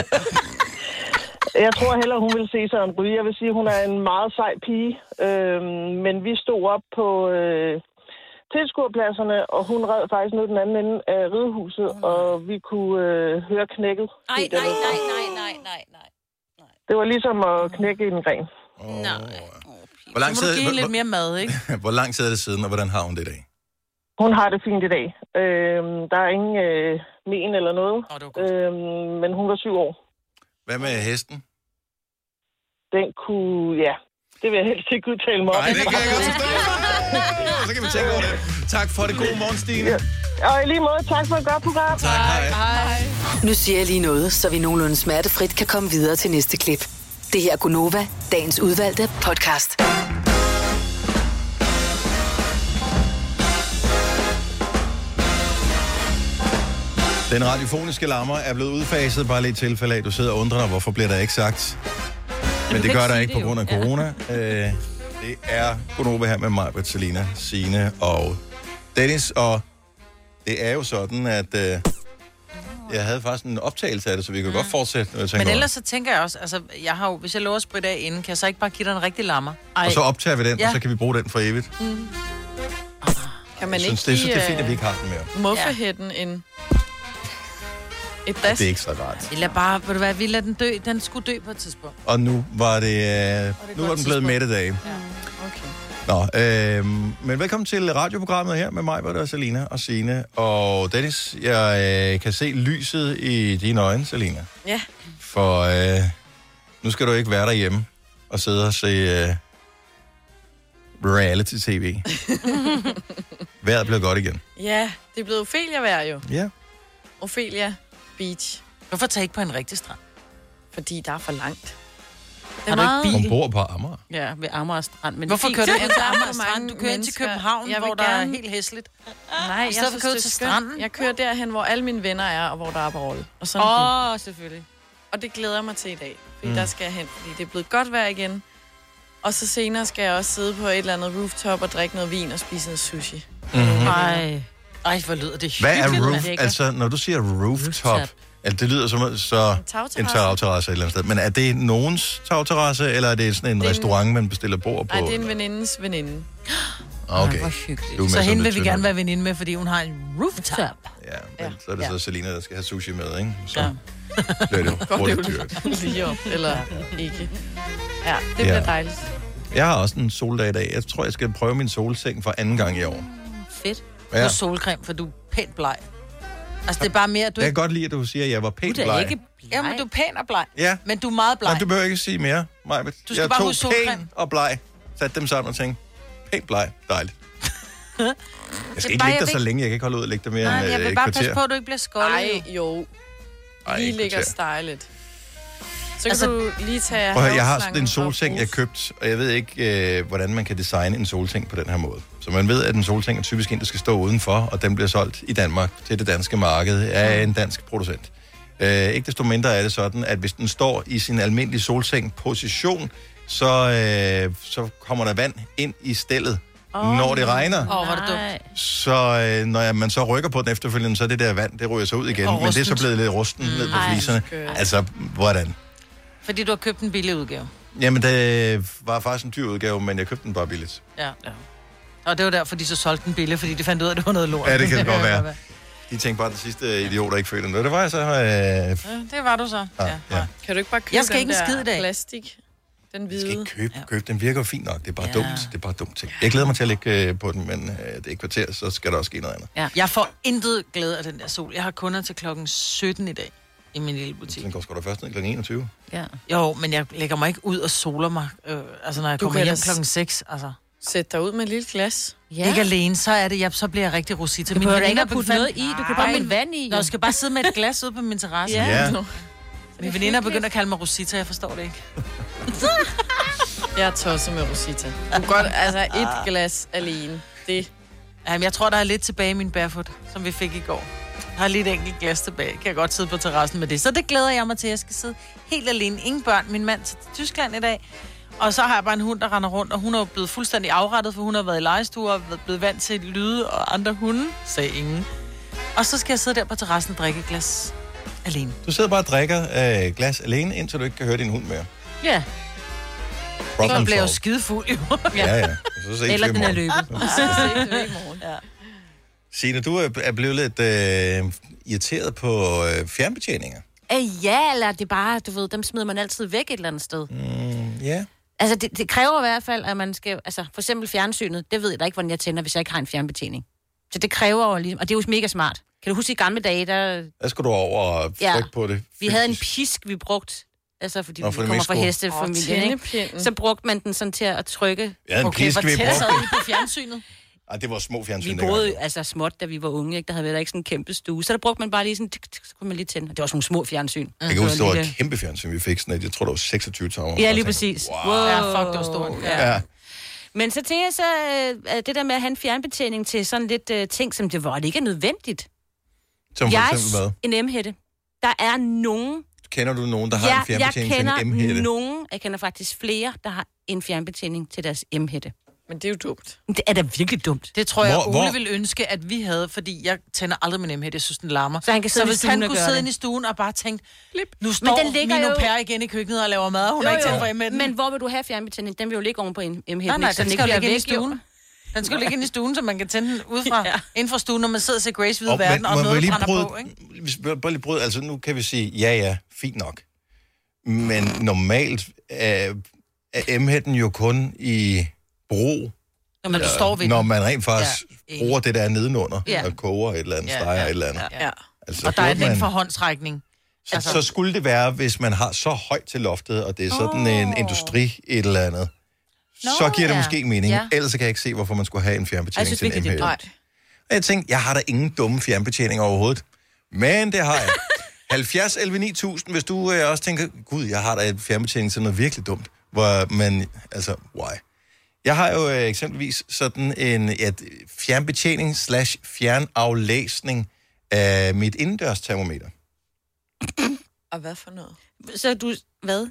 Jeg tror heller, hun ville se Søren Ryge. Jeg vil sige, hun er en meget sej pige. Øhm, men vi stod op på øh, tilskuerpladserne, og hun red faktisk ned den anden ende af ridehuset, og vi kunne øh, høre knækket.
Nej, nej, nej, nej, nej, nej, nej.
Det var ligesom at knække en gren.
Hvor lang,
Så må du
tid,
give hende
hvor,
lidt
mere mad, ikke?
hvor, hvor lang tid er det siden, og hvordan har hun det i dag?
Hun har det fint i dag. Øhm, der er ingen øh, men eller noget. Øhm, men hun var syv år.
Hvad med hesten?
Den kunne, ja, det vil jeg helst ikke udtale mig om.
Nej, det kan jeg godt forstå. Så kan vi tænke over det. Tak for det. God morgen, Stine.
Og i lige måde, tak for et godt program. Tak, hej. hej.
Nu siger jeg lige noget, så vi nogenlunde smertefrit kan komme videre til næste klip. Det her er Gunova, dagens udvalgte podcast.
Den radiofoniske lammer er blevet udfaset, bare lidt tilfælde af, at du sidder og undrer dig, hvorfor bliver der ikke sagt. Men
kan
det gør
ikke
der
sige
ikke
det
på
jo.
grund af
Ja.
corona. Øh, det er Gunova her med mig, Bertalina, Sine og Dennis. Og det er jo sådan, at øh, jeg havde faktisk en optagelse af det, så vi kan
Mm.
godt fortsætte. når Jeg
Men
tænker over
ellers så tænker jeg også, altså, jeg har jo, hvis jeg lover at spritte af inden, kan jeg så ikke bare give dig en rigtig lammer?
det. Og så optager vi den, ja. og så kan vi bruge den for evigt.
Mm.
Kan man
Jeg synes,
ikke
det, jeg synes, det er
give,
fint, at vi
øh,
ikke har den mere.
Muffehætten ja. en... Et das.
Det er ikke så rart.
Vi lader bare, ved du hvad, vi lader den dø. Den skulle dø på et tidspunkt.
Og nu var det, øh, nu var den blevet middag. Ja. Nå, øh, men velkommen til radioprogrammet her med mig, hvor der er Selina og Sine og Dennis. Jeg øh, kan se lyset i dine øjne, Selina.
Ja.
For øh, nu skal du ikke være derhjemme og sidde og se øh, reality-tv. Vejret blev godt igen.
ja, det er blevet Ophelia vejr jo.
Ja.
Ophelia Beach.
Hvorfor tage ikke på en rigtig strand?
Fordi der er for langt.
Har du ikke bil?
Ombord på Amager.
Ja, ved Amager Strand. Men
Hvorfor
fint.
kører du
Det
ind
er
til
der
Amager
for
Strand?
mange
Du kører ind til
mennesker.
København,
Jeg vil
hvor der er
gerne-
helt hæsligt.
Nej, jeg
stedet for
synes,
at gå
det er
til
skønt.
stranden.
Jeg kører derhen, hvor alle mine venner er, og hvor der er rolle. Og sådan
Åh, selvfølgelig.
Og det glæder jeg mig til i dag, fordi
Mm.
mm. der skal jeg hen, fordi det er blevet godt vejr igen. Og så senere skal jeg også sidde på et eller andet rooftop og drikke noget vin og spise en sushi.
Mhm.
Ej. Ej, hvor lyder det
Hvad er
hyggeligt,
roof?
mand.
Altså, når du siger rooftop,
Rooftop.
altså, det lyder som så en
tagterrasse.
tagterrasse et eller andet sted. Men er det nogens tagterrasse, eller er det sådan en
Det er en-
restaurant, man bestiller bord på?
Ej, det er en venindens veninde.
Ah, Okay. Du er med
Så
som
hende
lidt
vil vi gerne
tyndere.
være veninde med, fordi hun har en rooftop.
Ja, men så er det så Selina, der skal have sushi med, ikke? Så
Ja.
bliver det jo hurtigt dyrt.
Lige op, eller ikke. Ja, det
Ja.
bliver dejligt.
Jeg har også en soldag i dag. Jeg tror, jeg skal prøve min solseng for anden gang i år.
Fedt.
Ja.
Ja. Du solcreme, for du er pænt bleg. Altså, det er bare mere, at du
Jeg kan godt lide, at du siger, at jeg var pænt
Du er da
bleg.
ikke bleg. Ja, men du er pæn og bleg.
Ja.
Men du er meget bleg.
Nej, du behøver ikke sige mere, Maja. Du
skal
jeg
bare
tog
huske solcreme.
pæn og bleg, satte dem sammen og tænkte, pænt bleg, dejligt. Jeg
Det
skal
er
ikke
bare,
ligge
jeg
der så
vil-
længe. Jeg kan ikke holde ud og ligge der mere
Nej,
end
jeg
øh,
vil
et
bare
kvarter.
passe på, at du ikke bliver skoldet.
Ej, jo.
Ej,
Lige
et
ligger
kvarter.
stylet. Så kan altså, du lige tage
Prøv at høre, jeg har sådan
haveslangen
en
og
solseng, jeg købt, og jeg ved ikke, øh, hvordan man kan designe en solseng på den her måde. Så man ved, at en solseng er typisk en, der skal stå udenfor, og den bliver solgt i Danmark til det danske marked af en dansk producent. Øh, ikke desto mindre er det sådan, at hvis den står i sin almindelige solseng-position, så, øh, så kommer der vand ind i stellet, oh, når det regner.
Åh, oh, hvor er det dumt.
Så øh, når jeg- man så rykker på den efterfølgende, så er det der vand, det ryger så ud igen.
Og
Men det er så
rustent.
blevet lidt rusten mm. ned på
Ej,
fliserne.
skørt.
Altså, hvordan?
Fordi du har købt en billig udgave.
Jamen, det var faktisk en dyr udgave, men jeg købte den bare billigt.
Ja. ja. Og det var derfor, de så solgte den billig, fordi de fandt ud af, at det var noget lort.
Ja, det kan det godt være. De tænkte bare, at den sidste idiot, der ikke følte den. Det var jeg så... Øh, f-
Ja, Det var du så.
ja, ja.
Kan du ikke bare købe
Jeg skal
den
ikke en
der
skid i dag.
plastik? Den hvide. Jeg skal ikke
Køb, køb, den virker jo fint nok. Det er bare ja. dumt. Det er bare dumt ting. Jeg glæder mig til at ligge øh, på den, men øh, det er et kvarter, så skal der også ske noget andet.
Ja. Jeg får intet glæde af den der sol. Jeg har kunder til klokken 17 i dag i min lille butik.
Den går sgu da først ned kl. 21.
Ja.
Jo, men jeg lægger mig ikke ud og soler mig, øh, altså når jeg
Du
du kommer
kan
hjem
da s-
klokken 6. Altså.
Sæt dig ud med et lille glas.
Ja. Ikke alene, så er det, jeg, så bliver jeg rigtig rosi til
Du behøver da ikke
veninder
at putte
begynder-
noget i, du kan bare
Nej.
hælde vand i, jo.
Nå, jeg skal bare sidde med et glas ude på min terrasse.
Ja. Ja.
Mine veninder begynder at kalde mig Rosita, jeg forstår det ikke.
Jeg er tosset med Rosita. Du kan godt, altså
Ah.
et glas alene. Det.
Jamen, jeg tror, der er lidt tilbage i min barefoot, som vi fik i går. Jeg har lige et enkelt glas tilbage. Kan jeg godt sidde på terrassen med det. Så det glæder jeg mig til. Jeg skal sidde helt alene. Ingen børn. Min mand tager til Tyskland i dag. Og så har jeg bare en hund, der render rundt, og hun er jo blevet fuldstændig afrettet, for hun har været i legestue og været- blevet vant til lyde og andre hunde, sagde ingen. Og så skal jeg sidde der på terrassen og drikke et glas alene.
Du sidder bare og drikker øh, glas alene, indtil du ikke kan høre din hund mere.
Ja.
Problem
så bliver jeg jo
solved.
skidefuld, jo.
Ja, ja. Så ses vi i morgen.
Ja.
Signe, du er- er blevet lidt øh, irriteret på øh, fjernbetjeninger.
Øh, ja, eller det er bare, du ved, dem smider man altid væk et eller andet sted.
Mm, ja.
Altså, det, det kræver i hvert fald, at man skal... Altså, for eksempel fjernsynet, det ved jeg da ikke, hvordan jeg tænder, hvis jeg ikke har en fjernbetjening. Så det kræver jo lige... Og det er jo mega smart. Kan du huske i gamle dage, der...
Der skal du over og trykke
Ja.
ja. på det.
Vi havde en pisk, vi brugte... Altså, fordi
Nå,
vi
for det
kommer
meste
fra
skole.
hestefamilien,
Åh,
ikke? Så brugte man den sådan til at trykke.
Vi havde en pisk, vi brugte.
på fjernsynet.
Ej, det var små fjernsyn.
Vi boede jo, altså småt, da vi var unge, ikke? Der havde vi da ikke sådan en kæmpe stue. Så der brugte man bare lige sådan, tik, tik, så kunne man lige tænde. Og Det var sådan nogle små fjernsyn.
Jeg kan huske, det var et kæmpe fjernsyn, vi fik sådan et, jeg tror, det var 26 tommer.
Ja, lige præcis.
Wow.
Wow.
Ja, fuck, det var stort.
Ja. ja.
Men så tænker jeg så, øh, at det der med at have en fjernbetjening til sådan lidt øh, ting, som det var, det ikke er nødvendigt.
Som for
jeg
eksempel hvad?
en M-hætte. Der er nogen,
Kender du nogen, der har en
jeg
fjernbetjening til
kender
en M-hætte?
nogen, jeg kender faktisk flere, der har en fjernbetjening til deres M-hætte.
Men det er jo dumt.
Det er da virkelig dumt.
Det tror jeg,
Hvor-
hvor, Ole
hvor-
ville ønske, at vi havde, fordi jeg tænder aldrig min nemhed. Jeg synes, den larmer.
Så han kan sidde
så
i
hvis
stuen
han
og
kunne
gøre
sidde
det.
inde i stuen og bare tænke, nu
Men
står
den
min
ligger
au
jo-
pair igen i køkkenet og laver mad, og hun har ikke tændt for med den.
Men hvor vil du have fjernbetjening? Den vil jo ligge oven på en M-hætten.
Nej, nej,
ikke? Så
den
ikke
skal jo
bliver
ligge inde i
væk, jo.
stuen. Den skal jo ligge inde i stuen, så man kan tænde den ud fra, ja. inden for stuen, når man sidder og ser Grace Hvide
Og,
Verden, og
må jeg
noget
lige
brænder
bryde-
på, ikke?
Hvis vi bare lige bryde, altså nu kan vi sige, ja ja, fint nok. Men normalt er, er M-hætten jo kun i brug,
Når man
øh,
står ved den.
når man rent faktisk
Ja,
ja,
enig.
bruger det der er nedenunder,
Ja.
ja. og koger et eller andet,
Ja,
ja, steger
ja,
et eller andet. Ja,
Ja.
Altså,
Og der er
burde
den
man-
for håndtrækning.
Altså... Så skulle det være, hvis man har så højt til loftet, og det er sådan oh. en industri et eller andet, så giver det
ja.
måske mening.
Ja.
Ja. Ellers så kan jeg ikke se, hvorfor man skulle have en
Jeg
fjernbetjening
synes
til en
virkelig, det er
MHL.
dumt.
Og jeg tænkte, jeg har da ingen dumme fjernbetjeninger overhovedet. Men det har jeg. 70 11 9000, hvis du øh, også tænker, gud, jeg har da en fjernbetjening til noget virkelig dumt. Hvor man, altså, why? Jeg har jo øh, eksempelvis sådan en ja, d- fjernbetjening slash fjernaflæsning af mit indendørstermometer.
Og hvad for noget?
Så du... Hvad?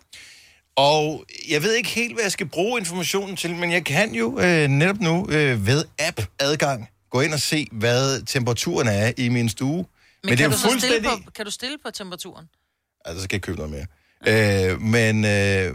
Og jeg ved ikke helt, hvad jeg skal bruge informationen til, men jeg kan jo øh, netop nu øh, ved app-adgang gå ind og se, hvad temperaturen er i min stue. Men,
Men, men
det er
kan,
jo
du så stille
fuldstændig...
på, kan du stille på temperaturen?
Altså, så skal jeg købe noget mere. Øh, men, øh,
Ej, det er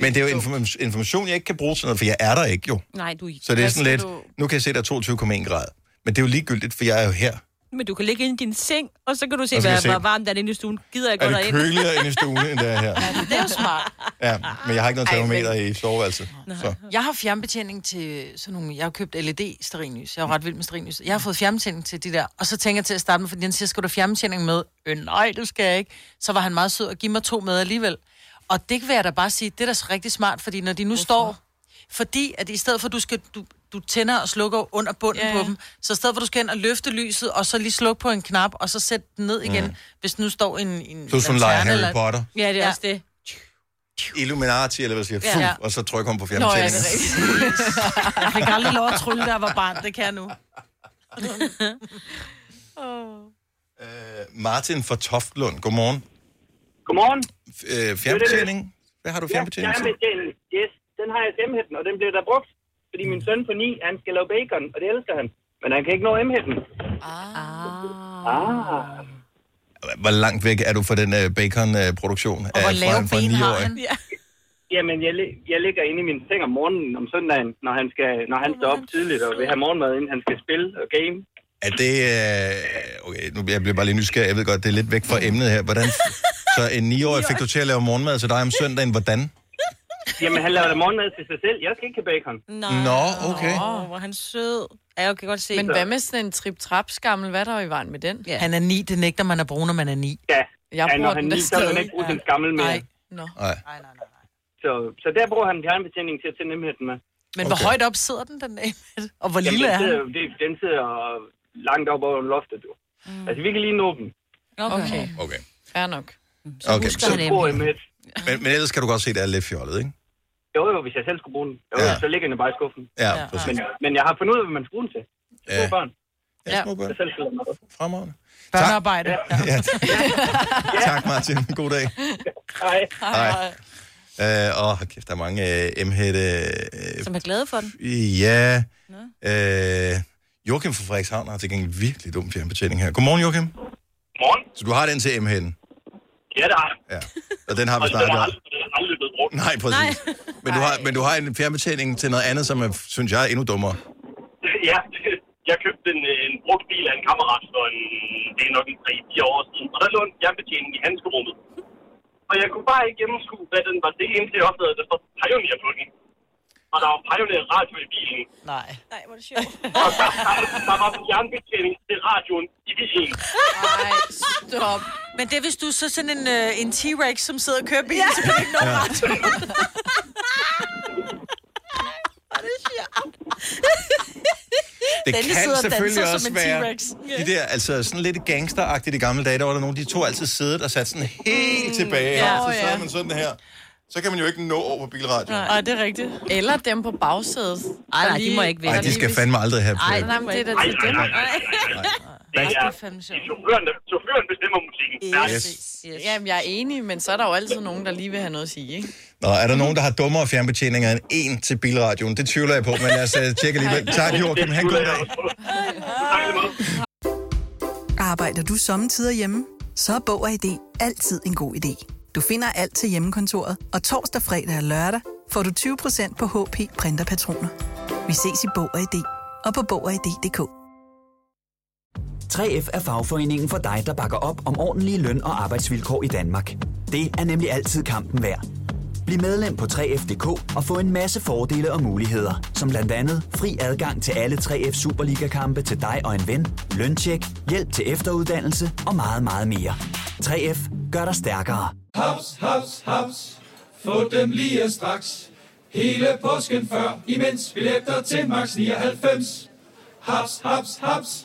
men det er jo inform- information, jeg ikke kan bruge til noget, for jeg er der ikke jo.
Nej, du...
Så det er sådan
Hvad skal
lidt,
Du...
nu kan jeg se, der er 22,1 grader. Men det er jo ligegyldigt, for jeg er jo her.
Men du kan ligge inde i din seng, og så kan du se,
Og så kan
hvad,
jeg se-
hvor varmt der er inde i stuen. Gider jeg gå
Er
derind?
det køligere inde i stuen, end det er her?
Det er jo smart.
Ja, men jeg har ikke noget
Ej, men-
termometer i soveværelset. Så.
Jeg har fjernbetjening til sådan nogle... Jeg har købt led stearinlys. Jeg er jo ret vild med stearinlys. Jeg har fået fjernbetjening til de der. Og så tænker jeg til at starte med, fordi han siger, skal du have fjernbetjening med? Øh, nej, det skal jeg ikke. Så var han meget sød og give mig to med alligevel. Og det vil jeg da bare sige, det er da så rigtig smart, fordi når de nu Hvorfor? står... Fordi at i stedet for, at du skal... Du, du tænder og slukker under bunden
Ja,
yeah.
ja.
på dem. Så i stedet for, at du skal ind og løfte lyset, og så lige slukke på en knap, og så sætte den ned igen, mm.
Mm.
hvis nu står en... en
Så er du sådan en
lanterne
leger Harry
eller-
Potter.
Ja, det er ja. også det.
Illuminati, eller hvad siger,
Ja.
fuh,
Ja.
og så trykker hun på
Nå, ja, det
fjernbetjeningen.
er rigtigt. Jeg fik aldrig lov at trylle, da jeg var barn. Det kan jeg nu.
Øh, Martin fra Toftlund, godmorgen.
Godmorgen.
Øh, fjernbetjening? Hvad har du fjernbetjening
til?
til?
Fjernbetjening, yes. Den har jeg til M-hætten, og den bliver der brugt. Fordi min søn på 9, han skal lave bacon, og det elsker han. Men han kan ikke nå M-hætten. Ah. ah.
Hvor langt væk er du fra den øh, baconproduktion? Og
Ja. Jamen, jeg, lig- jeg ligger inde i min seng om morgenen om søndagen, når han, skal, når han står op tidligt og vil have morgenmad, inden han skal spille og game.
Er det... Øh, okay, nu jeg bliver bare lige nysgerrig. Jeg ved godt, det er lidt væk fra emnet her. Hvordan, så en 9-årig fik du til at lave morgenmad til dig om søndagen. Hvordan?
Jamen, han laver da morgenmad til sig selv. Jeg skal ikke have bacon.
Nej.
Nå, okay.
Åh, hvor er han sød. Ja, jeg kan godt se.
Men hvad med sådan en trip-trap-skammel? Hvad er der i vejen med den?
Han er ni, det nægter man at bruge, når man er ni.
Ja,
Jeg
ja,
bruger
når han
den
lige,
der
så vil han
stadig.
ikke bruge den gammel mere.
Nej.
Nå.
Nej.
Så, så der bruger han fjernbetjening til at tænde nemheden med.
Men hvor højt op sidder den, den der? Og hvor lille
Jamen,
er
den sidder,
han?
det, den sidder langt op over loftet, du. Mm. Altså, vi kan lige nå den.
Okay.
Okay.
Fair nok.
Så Okay, husker så- han
bruger
emnet.
jeg med.
Men, men ellers kan du godt se, at det er lidt fjollet, ikke?
Jo, jo, hvis jeg selv skulle bruge den. Jo, ja.
Ja.
så ligger den bare i skuffen.
Ja, Ja. præcis.
Men, men jeg har fundet ud af, hvad man skal bruge den til. Små
Ja.
børn.
Ja, små børn.
Jeg selv skal lave mad.
Fremragende.
Børnearbejde.
Ja. tak, Martin. God dag.
Hej.
Hej. Øh, åh, kæft, der er mange øh, M-hætte... Øh,
Som er glade for den.
Ja. Øh, Joachim fra Frederikshavn har til gengæld virkelig dum fjernbetjening her. Godmorgen, Joachim.
Morgen.
Så du har den til M-hætten,
Ja, der er.
Ja. og den har vi
Og den
snakket
er
om.
aldrig, den er aldrig blevet brugt.
Nej, præcis. Nej. Men, du har, men du har en fjernbetjening til noget andet, som er, synes jeg er endnu dummere.
Ja, jeg købte en, en brugt bil af en kammerat for en, det er nok en 3-4 år siden, og der lå en fjernbetjening i handskerummet. Og jeg kunne bare ikke gennemskue, hvad den var. Det eneste, jeg opdagede, der stod Pioneer på den. Og der var Pioneer radio i bilen.
Nej.
Nej, hvor er det sjovt. og der, der, der var fjernbetjening til radioen i bilen.
Nej, stop. Men det er, hvis du er så sådan en, øh, en T-Rex, som sidder og kører bilen, så kan du ikke nå
Ja.
ret.
Det
Dennis
kan
sidder og
selvfølgelig
danser
også
som en
være
T-Rex.
de der, altså sådan lidt gangsteragtigt i gamle dage, der var der nogen, de to altid siddet og sat sådan
Mm.
helt tilbage.
ja.
Ja. Så
Åh, ja.
sad man sådan her. Så kan man jo ikke nå over på bilradioen.
Nej, det er rigtigt. Eller dem på bagsædet.
Ej, nej,
Der
de må ikke
Nej, de skal fandme aldrig have
Ej,
på.
nej, men det er da
Ej,
til
nej,
dem.
nej, nej, nej. Det er, det er chaufføren, der, chaufføren bestemmer musikken.
Yes.
Yes. Jamen, jeg er enig, men så er der jo altid nogen, der lige vil have noget at sige, ikke?
Nå, er der nogen, der har dummere fjernbetjeninger end en til bilradioen? Det tvivler jeg på, men lad os uh, tjekke alligevel. Tak, Joachim. Ha' en god dag.
Arbejder du sommetider hjemme? Så er Bog og ID altid en god idé. Du finder alt til hjemmekontoret, og torsdag, fredag og lørdag får du 20% på HP Printerpatroner. Vi ses i Bog og ID og på Bog og
3F er fagforeningen for dig, der bakker op om ordentlige løn- og arbejdsvilkår i Danmark. Det er nemlig altid kampen værd. Bliv medlem på 3F.dk og få en masse fordele og muligheder, som blandt andet fri adgang til alle 3F Superliga-kampe til dig og en ven, løntjek, hjælp til efteruddannelse og meget, meget mere. 3F gør dig stærkere.
Haps, haps, haps. Få dem lige straks. Hele påsken før, imens billetter til max 99. Haps, haps, haps.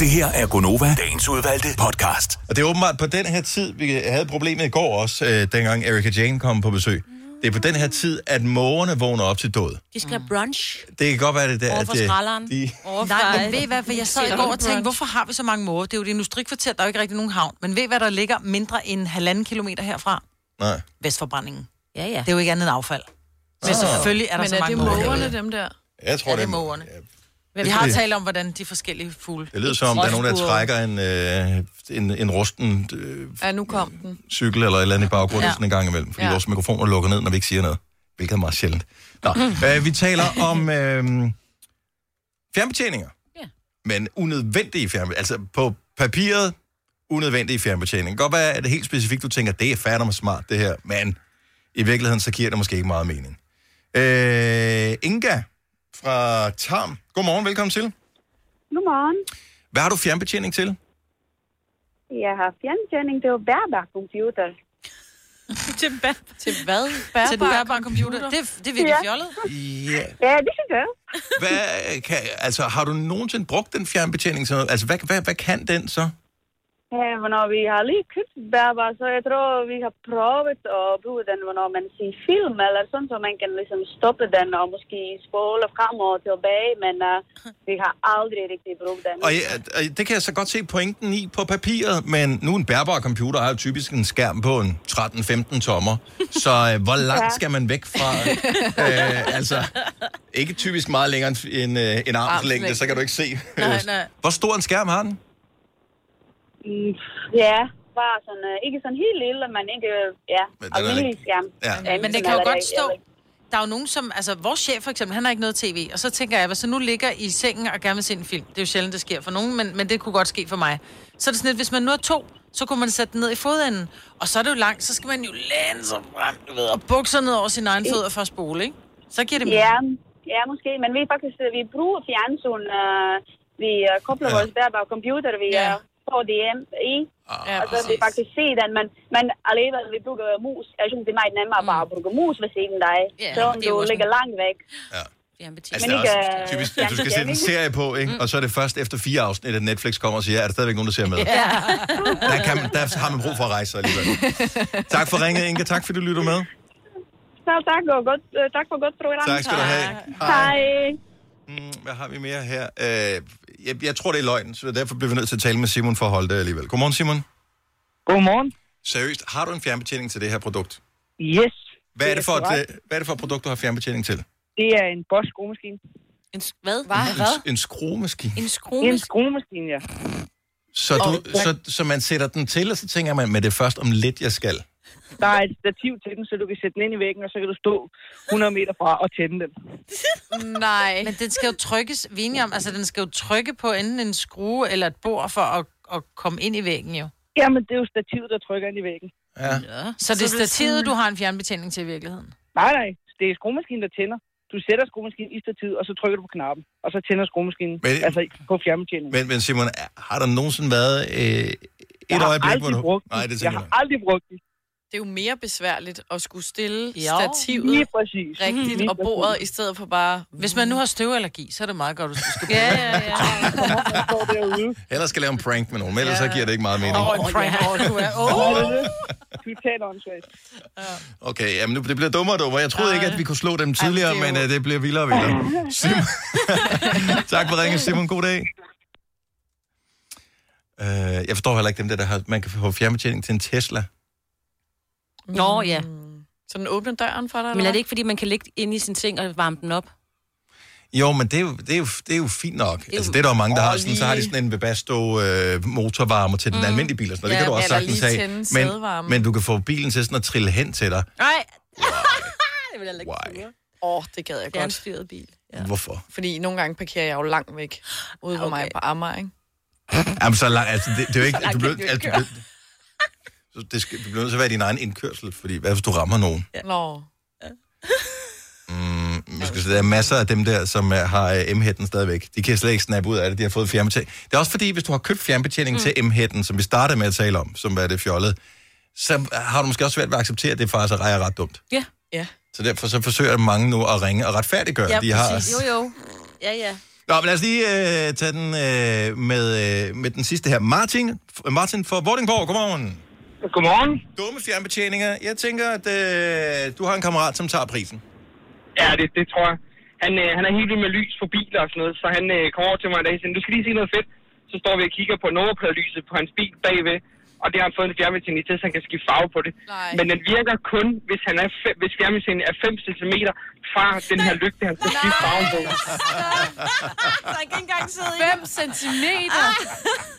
Det her er Gonova, dagens udvalgte podcast.
Og det er åbenbart på den her tid, vi havde problemet i går også, øh, dengang Erika Jane kom på besøg. Det er på den her tid, at mågerne vågner op til død.
De skal have brunch
Det kan godt være, det der,
over for
øh,
skralderen.
de,
Nej, men ved I hvad, for jeg sad i går og tænkte, hvorfor har vi så mange måger? Det er jo et industrikvarter, der er jo ikke rigtig nogen havn. Men ved I hvad, der ligger mindre end halvanden kilometer herfra?
Nej.
Vestforbrændingen.
Ja, ja.
Det er jo ikke andet end affald. Men
Ah.
selvfølgelig er der
Men
så
er
mange
det mågerne, dem der?
Jeg tror,
ja, det er
det er-
mågerne.
Hvem-
Vi har
Det-
talt om, hvordan de forskellige fugle...
det lyder som om, der er nogen, der trækker en, øh, en, en rusten øh,
Ja, nu kom den.
cykel eller et eller andet i baggrunden
Ja.
ja. sådan en gang imellem, fordi
Ja.
ja. vores mikrofoner lukker ned, når vi ikke siger noget, hvilket er meget sjældent.
Mm.
Nå, øh, vi taler om øh, fjernbetjeninger,
Ja.
men unødvendige fjernbetjeninger. Altså på papiret, unødvendige fjernbetjeninger. Godt være, at det helt specifikt, du tænker, det er fandme smart det her, men i virkeligheden, så giver det måske ikke meget mening. Øh, Inga fra Tarm. Godmorgen, velkommen til.
Godmorgen.
Hvad har du fjernbetjening til?
Jeg har fjerntjening. Det er jo bærbar computer.
til, ba-
til hvad?
Bærbar
til den bærbare computer. Det, det er virkelig
Ja.
fjollet.
Ja,
Ja, det synes jeg.
Hvad kan, altså, har du nogensinde brugt den fjernbetjening til noget? Altså, hvad, hvad, hvad kan den så?
Ja, Øh, Hvornår vi har lige købt bærbar, så jeg tror, vi har prøvet at bruge den, hvornår man ser film, eller sådan, så man kan ligesom stoppe den og måske spole frem og tilbage, men uh, vi har aldrig rigtig brugt den.
Og, jeg, og det kan jeg så godt se pointen i på papiret, men nu en bærbar computer har jo typisk en skærm på en 13-15 tommer, så øh, hvor langt
Ja.
ja. skal man væk fra?
Eh,
øh, altså, ikke typisk meget længere end en, øh, en armslængde, så kan du ikke se. øh,
Nej, nej.
Hvor stor en skærm har den?
Mm, ja, bare sådan, uh, ikke sådan helt lille, men ikke, øh, ja,
Men den er
almindelig skærm.
Ja.
Men det kan jo godt stå... Der er jo nogen, som... Altså, vores chef for eksempel, han har ikke noget tv. Og så tænker jeg, hvis så nu ligger i sengen og gerne vil se en film. Det er jo sjældent, det sker for nogen, men, men det kunne godt ske for mig. Så er det sådan lidt, hvis man nu er to, så kunne man sætte den ned i fodenden. Og så er det jo langt, så skal man jo læne sig frem, du ved, og bukke sig ned over sin egen fødder for at spole, ikke? Så giver det mening.
Ja, ja, måske. Men vi faktisk, øh, vi bruger fjernsyn. øh, vi øh, kobler ja. vores bærbare computer, vi ja. får det hjem i. Ja, og så kan vi faktisk se den, men, men alligevel, vi bruger mus. Jeg synes, det er meget nemmere bare at bruge mus ved siden af dig.
Ja,
Yeah, så
men det er
du
jo også
ligger
en-
langt væk.
Altså,
Men
det er
ikke,
også
øh, Mm.
typisk, at du skal sætte en serie på, ikke? og så er det først efter fire afsnit, at Netflix kommer og siger, er der stadigvæk nogen, der ser med?
Ja.
Der, kan man, der har man brug for at rejse sig alligevel. tak for ringet, Inga. Tak fordi du lytter med.
Så tak, og godt, øh, tak for godt program.
Tak skal du have.
Hej.
Mm, Hvad har vi mere her? Øh, jeg, jeg tror, det er løgn, så derfor bliver vi nødt til at tale med Simon for at holde det alligevel. Godmorgen, Simon.
Godmorgen.
Seriøst, har du en fjernbetjening til det her produkt?
Yes.
Hvad er det for, et,
korrekt.
øh, hvad er det for et produkt, du har fjernbetjening til?
Det er en Bosch skruemaskine. En hvad?
En, en skruemaskine.
En skruemaskine? En skruemaskine, ja.
Så, du, så, så man sætter den til, og så tænker man, men det er først om lidt, jeg skal.
Der er et stativ til den, så du kan sætte den ind i væggen, og så kan du stå 100 meter fra og tænde den.
Nej. Men den skal jo trykkes, vi er enige om, altså den skal jo trykke på enten en skrue eller et bord for at, at komme ind i væggen jo.
Jamen, det er jo stativet, der trykker ind i væggen.
Ja.
ja. Så det er stativet, du har en fjernbetjening til i virkeligheden?
Nej, nej. Det er skruemaskinen, der tænder. Du sætter skruemaskinen i stativet, og så trykker du på knappen. Og så tænder skruemaskinen,
Men-
men, altså på fjernbetjeningen.
Men, men Simon, har der nogensinde været øh, et
Jeg har
øjeblik, hvor
aldrig
du...
brugt den.
Nej, det
Jeg
tænker
har aldrig brugt den.
Det er jo mere besværligt at skulle stille
Jo,
stativet
lige præcis.
rigtigt
Lige
og bordet, i stedet for bare...
Hvis man nu har støvallergi, så er det meget godt, at du skal bruge
Ja,
den.
ja, ja.
Ellers skal jeg lave en prank med nogen, men ellers så giver det ikke meget mening.
Åh, en prank. Åh, du er- Åh.
Åh, det er det. Totalt åndssvagt.
Okay, jamen nu- det bliver dummere og dummere. Jeg troede ikke, at vi kunne slå dem tidligere, men øh, det bliver vildere og vildere. Simon. tak for ringen, Simon. God dag. Uh, jeg forstår heller ikke dem der, der har, man kan få fjernbetjening til en Tesla.
Nå, ja.
Mm. Så den åbner døren for dig?
Men er det ikke, fordi man kan ligge inde i sin ting og varme den op?
Jo, men det er jo, det er jo, det er jo fint nok. Det
jo-
altså, det er der jo mange, der
Åh,
har sådan, så har de sådan en Webasto øh, motorvarmer til den
Mm.
almindelige bil og sådan noget.
Ja,
det kan du også
eller
sagtens
lige
have.
tænde
Men,
sædevarme.
men du kan få bilen til sådan at trille hen til dig.
Nej. det vil jeg ikke
Why?
Åh, oh, det gad jeg godt.
Fjernstyret bil.
Ja. Hvorfor?
Fordi nogle gange parkerer jeg jo langt væk ude okay. mig på Amager, ikke?
Jamen, så langt, altså, det, det er jo ikke...
Så langt
Du
kan
bliver,
du ikke
altså, du
køre.
bliver, så det skal, du bliver nødt til at være i din egen indkørsel, fordi hvad hvis du rammer nogen?
Ja. Nå.
Mm, vi skal, sige, der er masser af dem der, som øh, har øh, M-hætten stadigvæk. De kan slet ikke snappe ud af det, de har fået fjernbetjening. Det er også fordi, hvis du har købt fjernbetjening mm. til M-hætten, som vi startede med at tale om, som var det fjollede, så har du måske også svært ved at acceptere, at det faktisk er ret dumt.
Ja.
Ja.
Så derfor så forsøger mange nu at ringe og retfærdiggøre, ja, de har.
Jo, jo. Ja, ja.
Nå, men lad os lige øh, tage den øh, med, øh, med den sidste her. Martin, f- Martin fra Vordingborg, godmorgen.
Godmorgen.
Dumme fjernbetjeninger. Jeg tænker, at øh, du har en kammerat, som tager prisen.
Ja, det, det tror jeg. Han, øh, han er helt vild med lys på biler og sådan noget, så han øh, kommer over til mig en dag og siger, du skal lige se noget fedt. Så står vi og kigger på nummerpladelyset på hans bil bagved, og det har han fået en fjernbetjening til, så han kan skifte farve på det. Nej. Men den virker kun, hvis, han er fem, hvis fjernbetjeningen er 5 cm fra Ah, den her lygte, han skal skifte farve på.
Så jeg kan ikke
Ah.
engang sidde i Ah. 5 centimeter.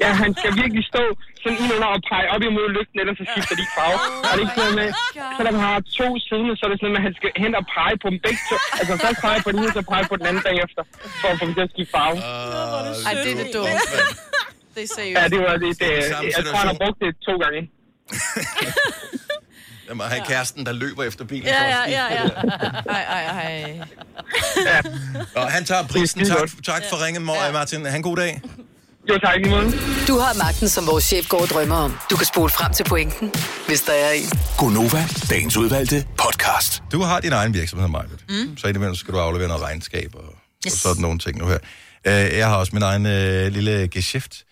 Ja, han skal virkelig stå sådan ind under og pege op imod lygten, ellers så skifter de ikke farve.
Oh
Og det er ikke sådan noget med, selvom han har to sider, så er det sådan noget med, at han skal hen og pege på dem begge to. Altså først pege på den ene, så pege på den anden bagefter, for at få dem til at skifte farve.
Øh,
Ej, det er det dumt. Det er seriøst.
Ja, det var det. øh, det
Samme
jeg tror, han har
situation.
brugt det to gange.
Jeg må have kæresten, der løber efter bilen.
Ja,
for at
ja,
skifte
ja,
det
ja.
der.
Ej, ej, ej.
Og han tager prisen. Tak, tak for ringen, Mor- Martin. Han god dag.
Jo, tak lige måde.
Du har magten, som vores chef går og drømmer om. Du kan spole frem til pointen, hvis der er en.
Gonova, dagens udvalgte podcast. Du har din egen virksomhed, Marvitt. Mm. Så indimellem skal du aflevere noget regnskab og, yes. og sådan nogle ting nu her. Øh, Jeg har også min egen øh, lille geschæft.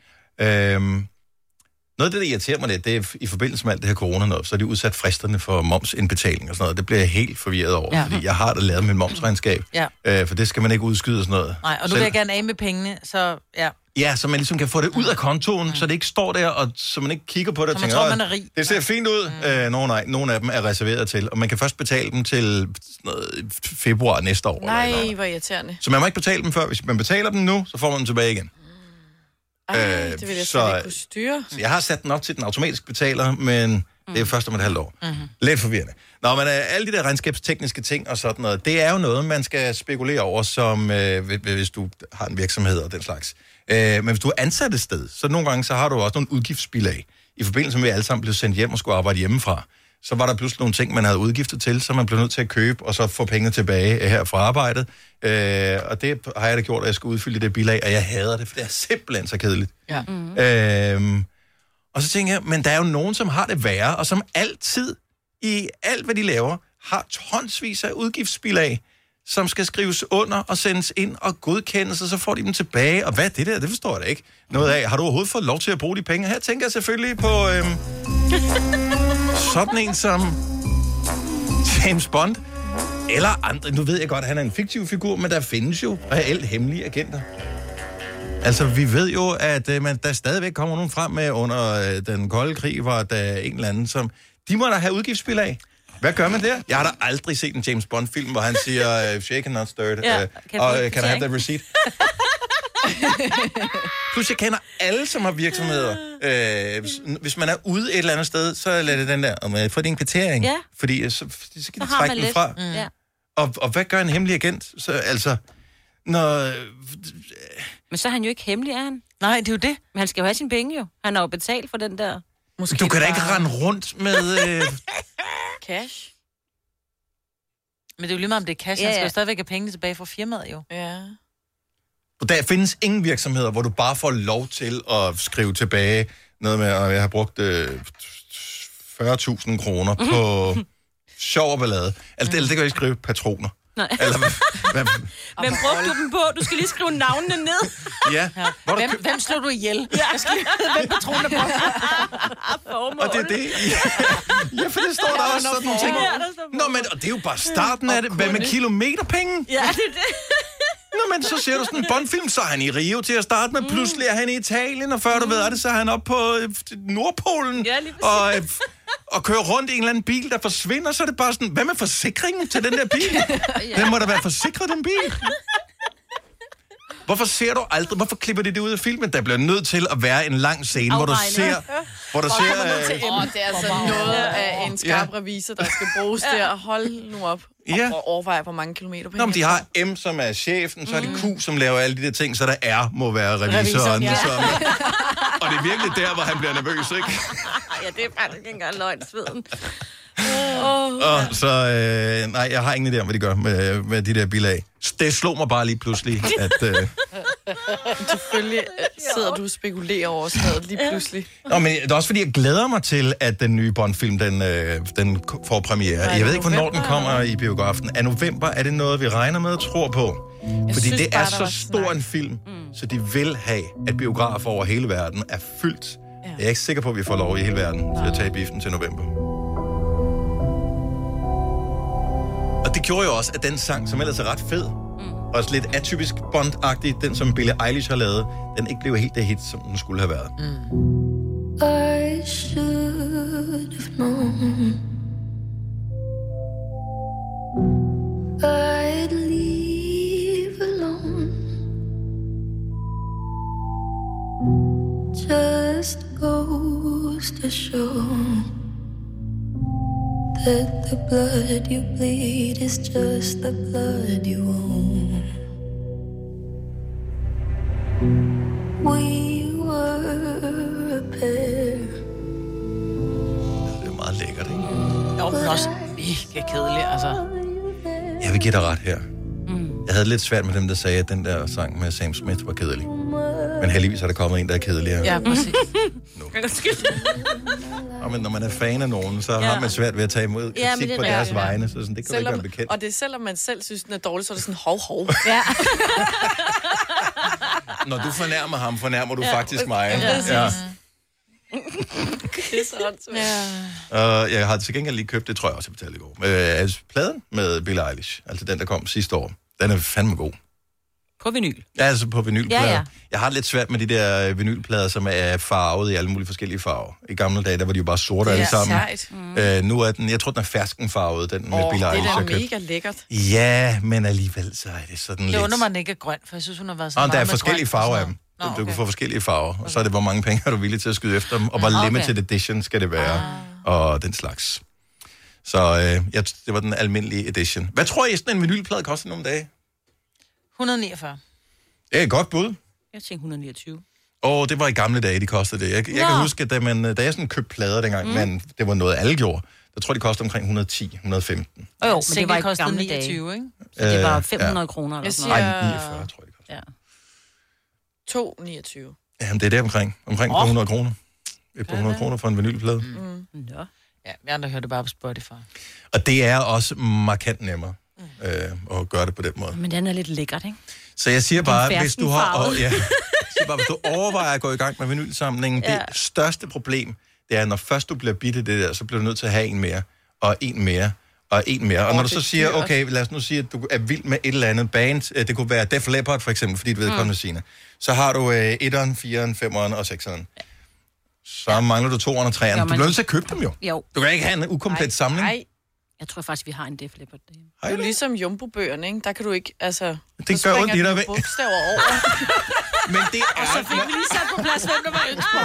Øh, noget af det, der irriterer mig lidt, det er i forbindelse med alt det her corona noget, så er de udsat fristerne for momsindbetaling og sådan noget. Det bliver jeg helt forvirret over, ja.
Ja.
fordi jeg har da lavet mit momsregnskab,
Ja.
øh, for det skal man ikke udskyde og sådan noget.
Nej, og nu vil
Selv-
jeg gerne af med pengene, så ja.
Ja, så man ligesom kan få det ud af kontoen, mm. så det ikke står der, og så man ikke kigger på det
Så
og
man
tænker,
tror,
"Åh,
man er rig."
det ser fint ud. Mm. Øh, Nogle nej, nogle af dem er reserveret til, og man kan først betale dem til sådan noget, februar næste år. Eller et eller andet.
Nej, hvor irriterende.
Så man må ikke betale dem før. Hvis man betaler dem nu, så får man dem tilbage igen.
Ej,
Øh,
det vil jeg
så-
slet ikke kunne styre.
Så jeg har sat den op til den automatiske betaler, men mm. det er først om et halvt år.
Mhm.
Mm-hmm. Lidt forvirrende. Nå, men øh, alle de der regnskabstekniske ting og sådan noget, det er jo noget, man skal spekulere over, som øh, hvis- hvis du har en virksomhed og den slags. Øh, men hvis du er ansat et sted, så nogle gange så har du også nogle udgiftsbilag. I forbindelse med, at vi alle sammen blev sendt hjem og skulle arbejde hjemmefra, så var der pludselig nogle ting, man havde udgifter til, som man blev nødt til at købe, og så få penge tilbage øh, her fra arbejdet. Øh, og det har jeg da gjort, at jeg skal udfylde det bilag, og jeg hader det, for det er simpelthen så kedeligt.
Ja. Mm.
Øhm, og så tænker jeg, men der er jo nogen, som har det værre, og som altid, i alt hvad de laver, har tonsvis af udgiftsbilag, som skal skrives under og sendes ind og godkendes, og så får de dem tilbage. Og hvad er det der? Det forstår jeg da ikke. Noget af, har du overhovedet fået lov til at bruge de penge? Her tænker jeg selvfølgelig på øhm, sådan en som James Bond. Eller andre. Nu ved jeg godt, at han er en fiktiv figur, men der findes jo reelt hemmelige agenter. Altså, vi ved jo, at øh, man, der stadigvæk kommer nogen frem med under øh, den kolde krig, hvor der er en eller anden, som... De må da have udgiftsspil af. Hvad gør man der? Jeg har da aldrig set en James Bond-film, hvor han siger, øh, shaken, not stirred,
Ja,
øh,
kan jeg få
og
en
øh, can I have
kvittering?
that receipt? Plus, jeg kender alle, som har virksomheder. Øh, hvis- hvis man er ude et eller andet sted, så lad det den der, om jeg får din kvittering.
Ja.
Fordi øh, så, så kan
Så
de
har
trække
man
den
lidt.
fra.
Mm. Ja.
Og, og hvad gør en hemmelig agent? Så, altså, når...
Men så er han jo ikke hemmelig, er han? Nej, det er jo det. Men han skal jo have sine penge jo. Han har jo betalt for den der...
Måske du kan da ikke rende rundt med... Øh...
Cash. Men det er jo lige meget, om det er cash. Yeah.
Ja,
Han skal
ja.
jo stadigvæk have pengene tilbage fra firmaet, jo.
Ja.
Der findes ingen virksomheder, hvor du bare får lov til at skrive tilbage noget med, at jeg har brugt øh, 40.000 kroner på
Mhm.
sjov og ballade. Altså, det, det kan jeg ikke skrive patroner.
Nej.
Eller, hvad,
Hvem brugte du dem på? Du skal lige skrive navnene ned.
ja. Hvor du
Hvem, hvem slog du ihjel? Ja. Jeg skal lige vide, hvem patroner på.
Og det er det. Ja, for det står der også sådan nogle ting. Nå, men og det er jo bare starten af det. Hvad med kilometerpenge?
Ja, det er det.
Nå, men så ser du sådan en Bondfilm, så er han i Rio til at starte
Mm.
med, pludselig er han i Italien, og før du ved af det, så er han op på øh, Nordpolen,
Ja, lige præcis.
og, øh, og kører rundt i en eller anden bil, der forsvinder, så er det bare sådan, hvad med forsikringen til den der bil?
Ja.
Den må da være forsikret, den bil. Hvorfor ser du aldrig, hvorfor klipper de det ud af filmen? Der bliver nødt til at være en lang scene, hvor du ser... Hvor du ser øh,
Åh, oh, det er altså noget af en skarp revisor, der skal bruges der. Hold nu op.
Ja.
Og overvej, hvor mange kilometer på
Nå, men de har M, som er chefen, så er det Q, som laver alle de der ting, så der R må være revisoren.
Mm. ja.
Som, og det er virkelig der, hvor han bliver nervøs, ikke?
Ej, ja, det er faktisk ikke engang løgn, sveden.
Og, så øh, nej, jeg har ingen idé om, hvad de gør med, med de der bilag. Det slog mig bare lige pludselig, at... Øh,
Selvfølgelig øh, sidder du og spekulerer over stedet lige pludselig.
Nå, men det er også fordi, jeg glæder mig til, at den nye Bond-film, den, øh, den k- får premiere.
Nej,
Jeg ved ikke, hvornår
november,
den kommer i biografen. Er november, er det noget, vi regner med og tror på? Fordi
synes
det
bare,
er
der var
så stor en film,
Mm.
så de vil have, at biografer over hele verden er fyldt. Jeg er ikke sikker på, at vi får lov i hele verden til at tage i biffen til november. Og det gjorde jo også, at den sang, som ellers er ret fed,
Mm.
og også lidt atypisk bond den som Billie Eilish har lavet, den ikke blev helt det hit, som den skulle have været.
I should have known. I'd leave alone. Just goes to show that the blood you bleed is just the blood you own. We were a pair.
Det er meget lækkert, ikke?
Jo, men også mega kedelig, altså.
Jeg vil give dig ret her.
Mm.
Jeg havde lidt svært med dem, der sagde, at den der sang med Sam Smith var kedelig. Men heldigvis er der kommet en, der er kedeligere.
Ja, præcis.
Og men når man er fan af nogen, så ja. har man svært ved at tage imod kritik
Ja, men
ja,
det er
på deres
rigtigt.
vegne. Så sådan, det kan du ikke
Selvom,
være bekendt.
og det er selvom man selv synes, den er dårlig, så er det sådan hov, hov. Ja.
Når du fornærmer ham, fornærmer du
Ja,
faktisk mig.
ja, præcis.
det er sådan, ja.
Og Øh, jeg har til gengæld lige købt, det tror jeg også, jeg betalte i går, øh, altså pladen med Billie Eilish, altså den, der kom sidste år. Den er fandme god.
På vinyl.
Ja, altså på vinylplader.
Ja,
Ja,
ja.
ja. Jeg har det lidt svært med de der øh, vinylplader, som er farvet i alle mulige forskellige farver. I gamle dage, der var de jo bare
Det
sorte
er
alle sammen.
sejt. Mm.
Øh, nu er den, jeg tror, den er ferskenfarvet, den med
Åh,
oh,
det
Billie
er
Eilish, jeg
da
købte.
mega lækkert.
Ja, men alligevel så er det sådan
Det
lidt...
undrer mig, den ikke er grøn, for jeg synes, hun har været så
Og
meget
der er
med
forskellige
grøn og
farver af
sådan
dem.
Nå,
Du, du
okay.
kan få forskellige farver, og så er det, hvor mange penge er du villig til at skyde efter dem, og hvor
Nå, okay. Ah.
limited edition skal det være, og den slags. Så øh, jeg, det var den almindelige edition. Hvad tror I, sådan en vinylplade koster nogle dage?
149.
Det er et godt bud.
Jeg tænkte 129.
Og det var i gamle dage, de kostede det. Jeg, jeg kan
Nå.
huske, at da, man, da jeg sådan købte plader dengang,
Mm.
mm. men det var noget, alle gjorde, der tror jeg, de kostede omkring 110-115.
Jo, jo, men
Single
det var ikke
kostede
gamle
29,
dage.
ikke?
Så det var
Øh,
500
ja.
kroner eller
Jeg
sådan noget.
Ej, 49, tror jeg, det
koster. Ja.
2,29.
Jamen, det er der omkring. Omkring oh. 100 kroner. Et par 100 kroner for en vinylplade. Mm.
Mm. Nå. Ja, jeg andre hørte det bare på Spotify.
Og det er også markant nemmere øh, at gøre det på den måde.
Men den er lidt lækkert, ikke?
Så jeg siger bare, hvis du har
ferskenfarvet.
og, ja, jeg siger bare, hvis du overvejer at gå i gang med vinylsamlingen, ja. det største problem, det er, når først du bliver bidt af det der, så bliver du nødt til at have en mere, og en mere, og en mere. Og
Åh,
når du
det
så
er
siger,
dyrt.
okay, lad os nu sige, at du er vild med et eller andet band, øh, det kunne være Def Leppard for eksempel, fordi du ved, mm. sine, så har du øh, 1'eren, 4'eren, 5'eren og 6'eren. Så mangler du 2'eren og 3'eren.
Gør
Du
man
bliver nødt
ikke.
til at købe dem jo.
Jo.
Du kan ikke have en ukomplet samling.
Nej. Jeg tror faktisk, vi har en Def Leppard.
Det er jo ligesom jumbo-bøgerne, ikke? Der kan du ikke, altså...
gør
så springer
ondt i dig,
du
vel?
bogstaver over.
Men det er...
så fik vi lige sat på plads, hvem der var yngst på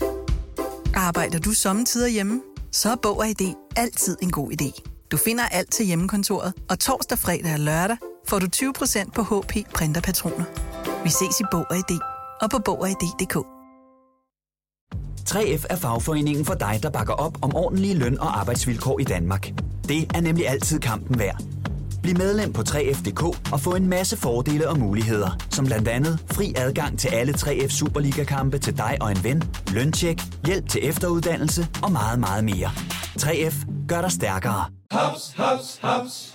holdet.
Arbejder du sommetider hjemme? Så er Bog og ID altid en god idé. Du finder alt til hjemmekontoret, og torsdag, fredag og lørdag får du 20% på HP printerpatroner. Vi ses i Bog og ID og på Bog og
3F er fagforeningen for dig, der bakker op om ordentlige løn- og arbejdsvilkår i Danmark. Det er nemlig altid kampen værd. Bliv medlem på 3F.dk og få en masse fordele og muligheder, som blandt andet fri adgang til alle 3F Superliga-kampe til dig og en ven, løntjek, hjælp til efteruddannelse og meget, meget mere. 3F gør dig stærkere.
Mm,
Haps, haps, haps.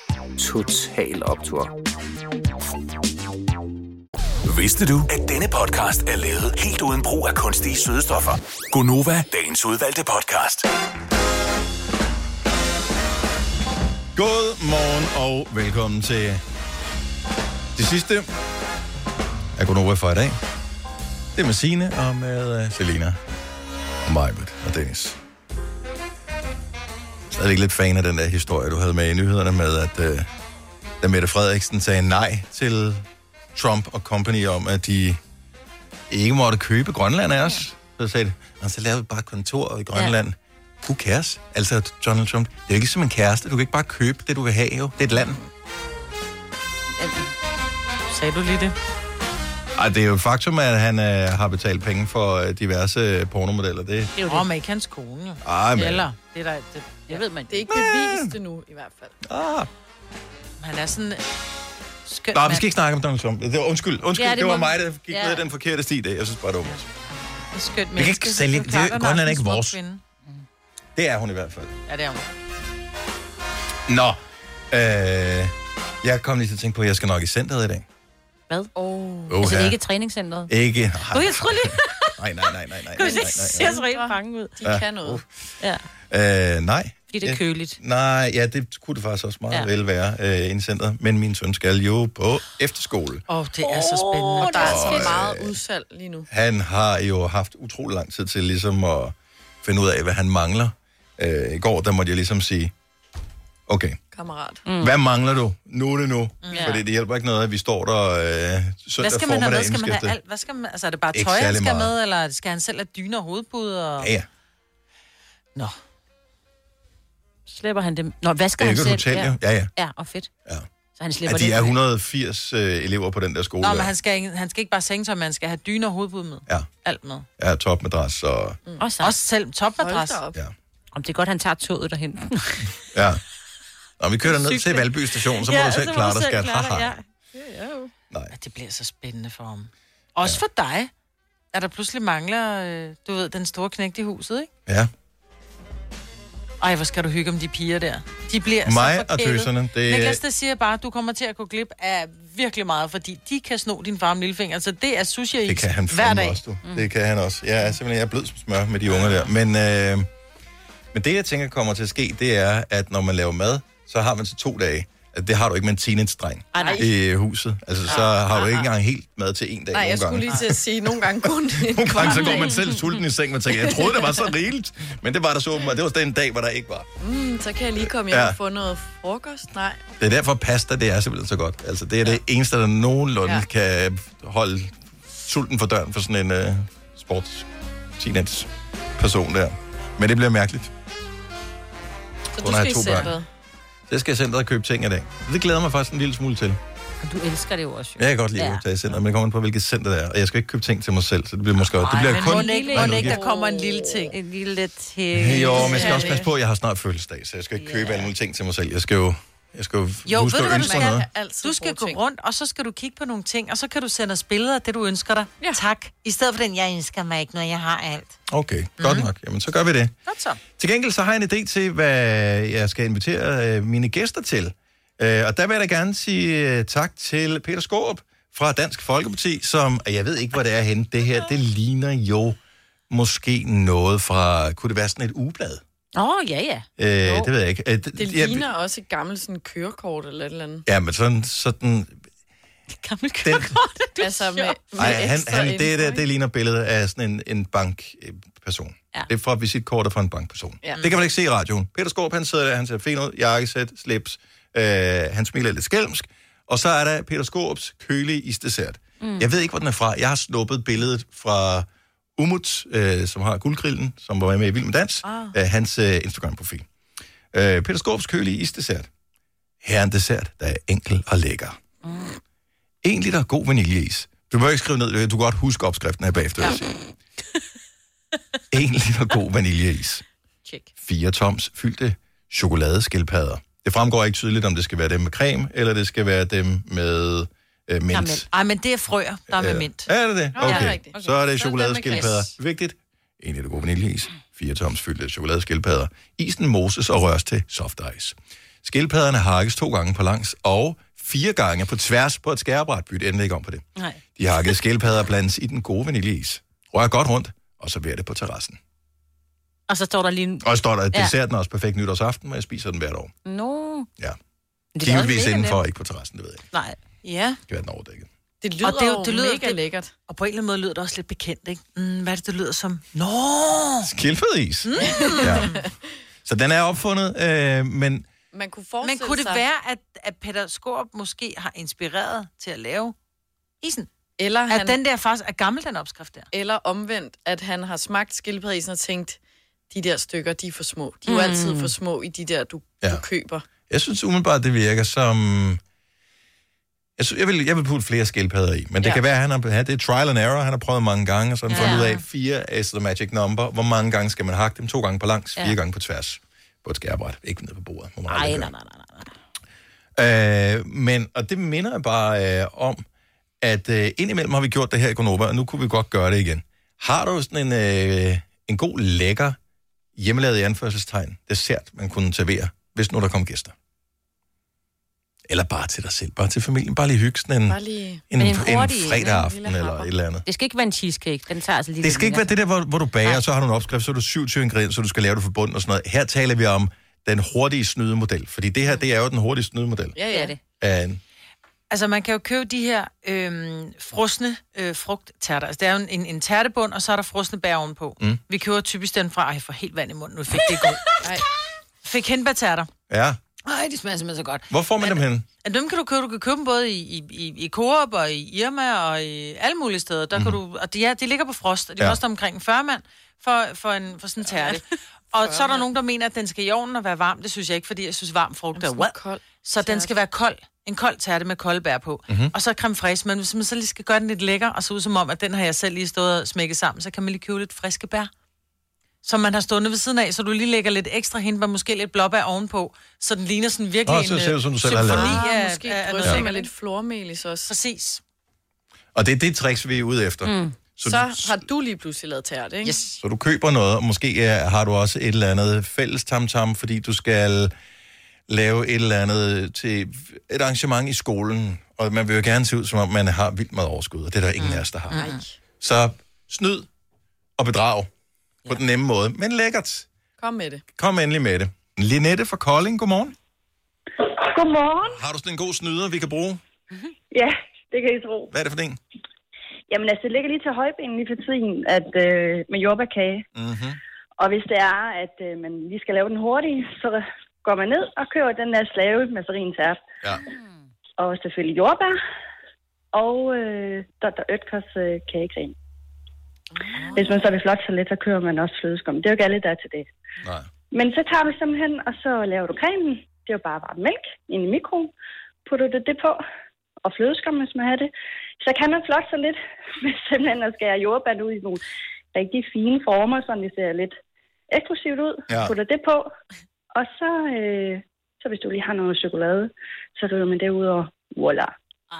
Total Optor.
Vidste du, at denne podcast er lavet helt uden brug af kunstige sødestoffer?
Gonova.
Dagens udvalgte podcast.
God morgen og velkommen til det sidste af Gonova for i dag. Det er med Signe og med uh, Selina og Majbert og Dennis. Jeg er ikke lidt fan af den der historie, du havde med i nyhederne med, at uh, da Mette Frederiksen sagde nej til Trump og company om, at de ikke måtte købe Grønland af os, så sagde de, "Nå, så laver vi bare et kontor i Grønland. Ja. Who cares? Altså, Donald Trump, det er jo ikke som en kæreste. Du kan ikke bare købe det, du vil have, jo. Det er et land.
Sagde du lige det?
Ej, det er jo et faktum, at han øh, har betalt penge for øh, diverse pornomodeller. Det,
Det er jo det. amerikansk kone, jo.
Ej, men-
Eller, det er der, det, jeg ved man. Det er ikke bevist endnu, i hvert fald.
Ah.
Han er sådan øh, skøn
Nå, vi
mand.
skal ikke snakke om Donald Trump. Det var, undskyld, undskyld,
Ja,
ja,
det
det, det var
må-
mig, der gik
Ja.
ja. ned ad den forkerte sti. Det. Jeg synes bare, det var vores.
En skøn
kan
menneske,
ikke
så
sælge-
du
det-
klarer dig, når
Grønland er
du
ikke
en smuk
vores.
kvinde.
Det er hun i hvert fald.
Ja, det er hun.
Nå, øh, jeg kom lige til at tænke på, at jeg skal nok i centret i dag.
Hvad? Oh.
Åh,
Altså, det er
ja.
ikke træningscenteret?
Ikke.
Gud, jeg tror lige...
Nej, nej, nej, nej, nej.
Gud,
nej,
det ser så rigtig bange ud.
De Ja. kan noget. Uh.
Ja.
nej. Øh, nej.
Fordi det er
Jeg-
køligt.
Nej, ja, det kunne det faktisk også meget
Ja.
ja. vel være øh, inde i centret. Men min søn skal jo på efterskole.
Åh, oh, det er så spændende.
Åh, der er
Og,
så
øh,
meget udsalg lige nu.
Han har jo haft utrolig lang tid til ligesom at finde ud af, hvad han mangler. Øh, I går, der måtte jeg ligesom sige, okay,
Kammerat.
mm. hvad mangler du? Nu er det nu.
Mm. Ja.
Ja. Fordi det hjælper ikke noget, at vi står der øh, søndag
Hvad skal man have med?
formiddag.
Skal man
indskiftet.
have alt? Hvad skal man, altså, er det bare
Ikke
tøj, han
særlig
skal
meget.
med, eller skal han selv have dyner og hovedbud? Og...
Ja, ja.
Nå.
Slipper han dem? Nå, hvad skal
Det er
han
ikke
selv?
et hotel, jo. Ja, ja.
Ja, og fedt.
Ja.
Så han slipper
At de
det.
er 180 øh, elever på den der skole.
Nå, men han skal, ikke, han skal ikke bare sengetøj, men han skal have dyner og hovedbud med.
Ja.
Alt med.
Ja, topmadras og...
Mm. Også, Også selv topmadras.
Hold da op.
Ja.
Om det er godt, han tager toget derhen.
Ja. Nå, vi kører ned til
Cykling.
Valby station, så må
Ja,
du
altså,
selv
så må
klare
du
dig,
selv
skat.
klare dig,
Haha.
ja.
Nej.
Ja, det bliver så spændende for ham. Også ja. for dig. Er der pludselig mangler, øh, du ved, den store knægt i huset, ikke?
Ja.
Ej, hvor skal du hygge om de piger der. De bliver
Mig
så
og
forkælet.
tøserne, det-
Niklas, det siger bare, at du kommer til at gå glip af virkelig meget, fordi de kan sno din far om lillefinger. Så det er sushi og
Det
is
kan han
hver
fandme
dag.
også, du. Mm. Det kan han også. Jeg er simpelthen jeg er blød som smør med de unger der. Men, øh, men det, jeg tænker kommer til at ske, det er, at når man laver mad, så har man så to dage. Altså, Det har du ikke med en teenage-dreng
Ej, nej. Ah.
i huset. Altså, så har du ikke engang helt mad til en dag
Nej,
nogle
jeg skulle
gange.
lige til at sige, at nogle gange kun en
Nogle gange, så går man
kvartdag.
selv sulten i seng, man tænker, jeg troede, det var så rigeligt, men det var der så åbenbart. Det var den dag, hvor der ikke var.
Mm, så kan jeg lige komme hjem
Ja.
og få noget frokost. Nej.
Det er derfor pasta, det er simpelthen så godt. Altså, det er det eneste, der nogenlunde
Ja.
ja. kan holde sulten for døren for sådan en uh, sports person der. Men det bliver mærkeligt.
Så
Kun
du
har
skal
jeg
i
to børn.
centret.
Så skal jeg centret og købe ting i dag. Det glæder jeg mig faktisk en lille smule til.
Og du elsker det jo også. jo.
Jeg kan godt lide ja. at tage i centret, men det kommer an på, hvilket center det er. Og jeg skal ikke købe ting til mig selv, så det bliver måske også. Det bliver
men
kun...
Må ikke, må
en
ikke, der
udgift.
kommer en lille ting. En
lille
ting.
Jo, men jeg skal også passe på, at jeg har snart fødselsdag, så jeg skal ikke købe alle mulige ting til mig selv. Jeg skal jo, jeg skal jo,
Jo,
huske
ved
at
du, hvad du
ønske mig noget.
skal? Du skal gå rundt, og så skal du kigge på nogle ting, og så kan du sende os billeder af det, du ønsker dig. Ja. Tak. I stedet for den, jeg ønsker mig ikke, når jeg har alt.
Okay, godt
Mhm.
nok. Jamen, så gør vi det.
Godt så.
Til gengæld så har jeg en idé til, hvad jeg skal invitere øh, mine gæster til. Øh, og der vil jeg da gerne sige øh, tak til Peter Skåb fra Dansk Folkeparti, som, og jeg ved ikke, hvor det er henne, det her, det ligner jo måske noget fra, kunne det være sådan et ugeblad?
Åh, oh, ja, ja.
Øh, det ved jeg ikke. Øh,
Det
ja,
ligner også et gammelt sådan, kørekort eller et eller andet.
Ja, men sådan... sådan
Gammelt
kørekort, du altså, med, med
ej, han,
ekstra
han,
info,
det, der,
ikke?
det ligner billedet af sådan en, en bankperson.
Ja.
Det er fra visitkortet fra en bankperson.
Ja.
Det kan man ikke se i radioen. Peter Skorp, han sidder der, han ser fin ud, jakkesæt, slips, øh, han smiler lidt skælmsk, og så er der Peter Skorps kølige isdessert.
Mm.
Mm. Jeg ved ikke, hvor den er fra. Jeg har snuppet billedet fra Umut, øh, som har guldgrillen, som var med i Vild med Dans,
Ah.
ah. øh, hans øh, Instagram-profil. Øh, Peter Skorps kølige isdessert. Her er en dessert, der er enkel og lækker. Mm. En liter god vaniljeis. Du må ikke skrive ned, du kan godt huske opskriften her bagefter. Ja. en liter god vaniljeis.
Check.
Fire toms fyldte chokoladeskildpadder. Det fremgår ikke tydeligt, om det skal være dem med creme, eller det skal være dem med øh, mint.
Mint. Ej, men det er frøer, der er med mint.
Ja, er det det?
Nå, ja,
Okay.
rigtigt.
Så er
Okay.
det
Så er det med
chokoladeskildpadder.
glas.
Vigtigt. En liter god vaniljeis. Fire toms fyldte chokoladeskildpadder. Isen moses og røres til soft ice. Skildpadderne hakkes to gange på langs og fire gange på tværs på et skærebræt. Byt endelig ikke om på det.
Nej.
De hakkede skildpadder blandes i den gode vaniljeis. Rør godt rundt, og server det på terrassen.
Og så står der lige... en-
Og så står der, at
Ja.
desserten er også perfekt nytårsaften, men jeg spiser den hvert år.
Nå.
Ja.
Det er da også
Givetvis
mega
indenfor,
nemt.
ikke på terrassen, det ved jeg ikke.
Nej.
Ja.
Det kan være den overdækket.
Det lyder
er
jo mega lækkert.
Og på en eller anden måde lyder det også lidt bekendt, ikke? Mm, hvad er det, det lyder som? Nå!
Skildpadderis. Mm. Ja. Så den er opfundet, øh, men
Man kunne
Men
forestille
kunne det
sig-
være, at, at Peter Skorp måske har inspireret til at lave isen?
Eller
at
han-
den der faktisk er gammel, den opskrift der?
Eller omvendt, at han har smagt skildpaddeisen og tænkt, de der stykker, de er for små. De er jo
Mm.
altid for små i de der, du, ja. du køber.
jeg synes umiddelbart, det virker som... Jeg, synes, jeg, vil, jeg vil putte flere skildpadder i, men
Ja.
det ja. kan være, at han har, ja, det er trial and error, han har prøvet mange gange, og så har han
Ja.
ja. fundet ud af, fire is the magic number. Hvor mange gange skal man hakke dem? To gange på langs, fire
Ja.
gange på tværs. På et skærbræt, ikke ned på bordet. Må man
Nej,
aldrig
nej,
gøre.
nej, nej. nej.
Øh, men, og det minder jeg bare øh, om, at øh, indimellem har vi gjort det her i Gonova, og nu kunne vi godt gøre det igen. Har du sådan en, øh, en god, lækker, hjemmelavet i anførselstegn, dessert, man kunne servere, hvis nu der kom gæster? Eller bare til dig selv, bare til familien, bare lige hygge sådan en,
Bare lige-
Mm. en,
Men
en,
en
en
hurtig en,
fredag
en
aften
lille
eller et eller andet.
Det skal ikke være en cheesecake. Den tager altså lige
Det skal ikke være det der, hvor, hvor du bager, og så har du en opskrift, så er du 27 ingredienser, så du skal lave det for bunden og sådan noget. Her taler vi om den hurtige snydemodel, fordi det her, det er jo den hurtige snydemodel.
Ja, ja. Det.
Af en
Altså, man kan jo købe de her øhm, frosne øh, frugttærter. Altså, det er jo en, en, en tærtebund, og så er der frosne bær ovenpå. Mm.
Mm.
Vi køber typisk den fra... Ej, jeg får helt vand i munden. Nu fik det ikke Ej. Fik hindbærtærter.
Ja.
Ej, de smager simpelthen så godt.
Hvor får man dem henne?
At dem kan du købe. Du kan købe dem både i, i, i, i Coop og i Irma og i alle mulige steder. Der mm. kan du, og de, ja, de ligger på frost, og de
Ja.
ja. koster omkring en 40 mand for, for, en, for sådan en tærte. Og så er der nogen, der mener, at den skal i ovnen og være varm. Det synes jeg ikke, fordi jeg synes, varm frugt er what? Så den skal være kold. En kold tærte med kolde bær på. Mm-hmm.
Mhm.
Og så creme fraiche. Men hvis man så lige skal gøre den lidt lækker, og så ud som om, at den har jeg selv lige stået og smækket sammen, så kan man lige købe lidt friske bær som man har stående ved siden af, så du lige lægger lidt ekstra hindbær, måske lidt blåbær ovenpå, så den ligner sådan virkelig
Åh, så ser
øh,
det ud, som du selv har lavet den.
symfoni
Ah,
af-
måske
af- af
drysser
noget
med
lækkert,
lidt flormelis også.
Præcis.
Og det er det tricks, vi er ude efter.
Mm. Så, så har du lige pludselig lavet tært, ikke? Yes.
Så du køber noget, og måske øh, har du også et eller andet fælles tamtam, fordi du skal lave et eller andet til et arrangement i skolen, og man vil jo gerne se ud, som om man har vildt meget overskud, og det er der ingen af os, der har.
Nej.
Så snyd og bedrag på den nemme måde, men lækkert.
Kom med det.
Kom endelig med det. Linette fra Kolding, godmorgen.
Godmorgen.
Har du sådan en god snyder, vi kan bruge?
Ja, det kan I tro.
Hvad er det for en?
Jamen altså, det ligger lige til højbenen lige for tiden at, øh, med jordbærkage.
Mm-hmm.
Og hvis det er, at øh, man lige skal lave den hurtigt, så går man ned og køber den der slave med farin tært.
Ja.
Og selvfølgelig jordbær. Og øh, Dr. Øtkers øh, kagecreme. Hvis man så vil flot så lidt, så kører man også flødeskum. Det er jo ikke alle, der er til det.
Nej.
Men så tager du simpelthen, og så laver du cremen. Det er jo bare varm mælk ind i mikroen. Putter du det på, og flødeskum, hvis man har det. Så kan man flot så lidt med simpelthen at skære jordbær ud i nogle rigtig fine former, så det ser lidt eksklusivt ud.
Ja.
Ja. Putter det på, og så, øh, så hvis du lige har noget chokolade, så river man det ud og voila.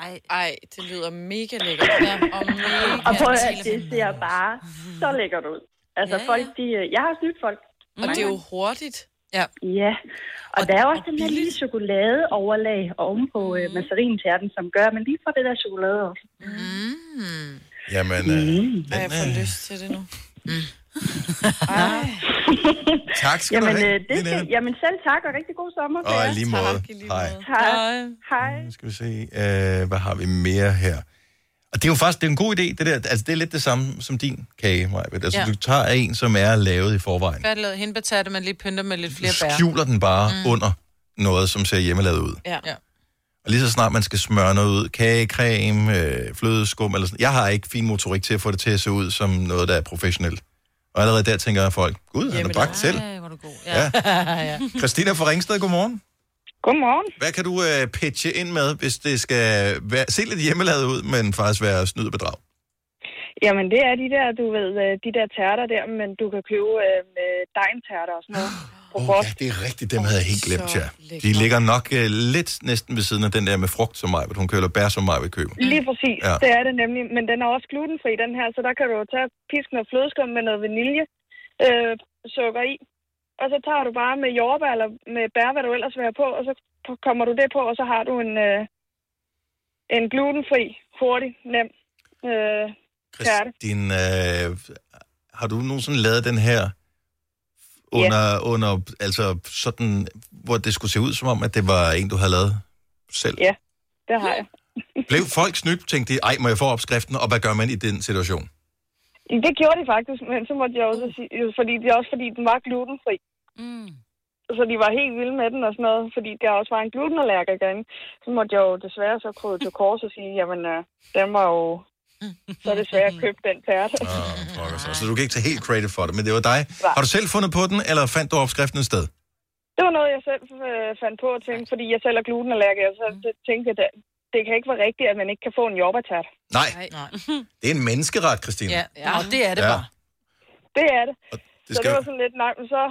Ej. Ej, det lyder mega lækkert. Ja, og mega
Og prøv at høre, det ser bare så lækkert ud. Altså
Ja,
ja,
ja.
folk, de, øh, jeg har snydt folk.
Og det er jo hurtigt.
Ja.
Ja, og, og der er jo også den her lille chokoladeoverlag ovenpå mm. øh, mazarintærten, som gør, at man lige får det der chokolade også.
Jamen, øh, den,
Ej, jeg
øh,
får lyst til det nu.
Tak skal
jamen,
du have,
øh, det skal, jamen selv tak, og rigtig god sommer. til
Og
jer.
i lige måde. Hej.
Hej. Hej.
Nu skal vi se, øh, hvad har vi mere her? Og det er jo faktisk det er en god idé, det der. Altså, det er lidt det samme som din kage, Maja. Altså,
Ja.
ja. du tager en, som er lavet i forvejen.
Færdiglavet hindbærtærte, man lige pynter med lidt flere bær.
Skjuler den bare
Mm.
mm. under noget, som ser hjemmelavet ud.
Ja. ja.
Og lige så snart man skal smøre noget ud, kagecreme, øh, flødeskum eller sådan. Jeg har ikke fin motorik til at få det til at se ud som noget, der er professionelt. Og allerede der tænker jeg folk, gud, han er bragt til. Ja.
ja.
Christina fra Ringsted, godmorgen.
Godmorgen.
Hvad kan du øh, pitche ind med, hvis det skal være, se lidt hjemmelavet ud, men faktisk være snyd og bedrag?
Jamen, det er de der, du ved, øh, de der tærter der, men du kan købe øh, med dejntærter og sådan noget.
Åh oh, ja, det er rigtigt. Dem havde jeg helt glemt, ja. De ligger nok øh, lidt næsten ved siden af den der med frugt som mig, hvor hun køler bær som mig vil købe.
Lige præcis,
Ja.
ja. det er det nemlig. Men den er også glutenfri, den her, så der kan du jo tage pisken og flødeskum med noget vanilje, øh, sukker i. Og så tager du bare med jordbær eller med bær, hvad du ellers vil have på, og så p- kommer du det på, og så har du en, øh, en glutenfri, hurtig, nem øh, tærte.
Din, øh, har du nogensinde lavet den her under, yeah. under, altså sådan, hvor det skulle se ud som om, at det var en, du havde lavet selv?
Ja, det har jeg.
Blev folk snydt, tænkte de, ej, må jeg få opskriften, og hvad gør man i den situation?
Jamen, Det gjorde de faktisk, men så måtte jeg også sige, jo, fordi det er også fordi, den var glutenfri.
Mm.
Så de var helt vilde med den og sådan noget, fordi der også var en glutenallergiker inde. Så måtte jeg jo desværre så krydde til kors og sige, jamen, øh, den var jo så desværre købt den tærte.
Fuck, altså. Så du kan ikke tage helt credit for det, men det var dig. Har du selv fundet på den, eller fandt du opskriften et sted?
Det var noget, jeg selv øh, fandt på at tænke, fordi jeg selv er glutenallergiker, så tænkte jeg, det- det kan ikke være rigtigt, at man ikke kan få en jordbærtært.
Nej.
Nej.
Det er en menneskeret, Christine.
Ja,
ja, og det er det bare.
Det er det.
det
det så
skal
det
jo-
var sådan lidt, nej, men så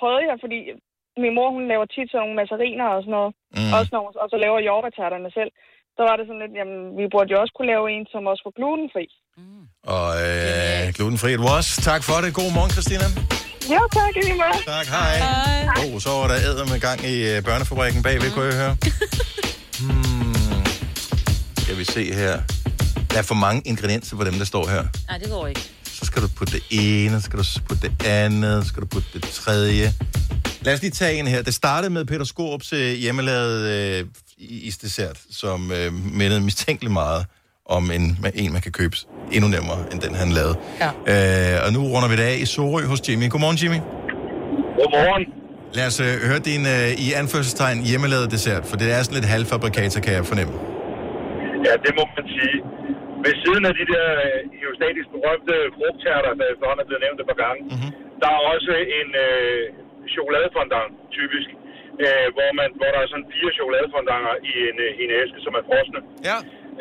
prøvede jeg, fordi min mor, hun laver tit sådan nogle masseriner og sådan noget.
Mm.
Mm. Også når, hun- og så laver jordbærtærterne selv. Så var det sådan lidt, jamen, vi burde jo også kunne lave en, som også var glutenfri.
Og øh, glutenfri it was. Tak for det. God morgen, Christina.
Jo, tak, i lige måde.
Tak, hej. Åh, oh, så var der æder med gang i øh, børnefabrikken
Mm.
bagved, kunne jeg høre. Hmm. Skal vi se her. Der er for mange ingredienser på dem, der står her.
Nej, det går ikke.
Så skal du putte det ene, så skal du s- putte det andet, så skal du putte det tredje. Lad os lige tage en her. Det startede med Peter Skorups øh, hjemmelavede øh, isdessert, som øh, mindede mistænkeligt meget om en, en, man kan købe endnu nemmere, end den han lavede. Ja. Øh, og nu runder vi det af i Sorø hos Jimmy. Godmorgen, Jimmy.
Godmorgen.
Lad os øh, høre din øh, i anførselstegn hjemmelavede dessert, for det er sådan lidt halvfabrikater, kan jeg fornemme.
Ja, det må man sige. Ved siden af de der øh, jo statisk berømte frugtærter, der efterhånden er blevet nævnt et par gange, mm-hmm. der er også en øh, chokoladefondant, typisk, øh, hvor, man, hvor der er sådan fire chokoladefondanter i en, øh, i en æske, som er frosne.
Ja.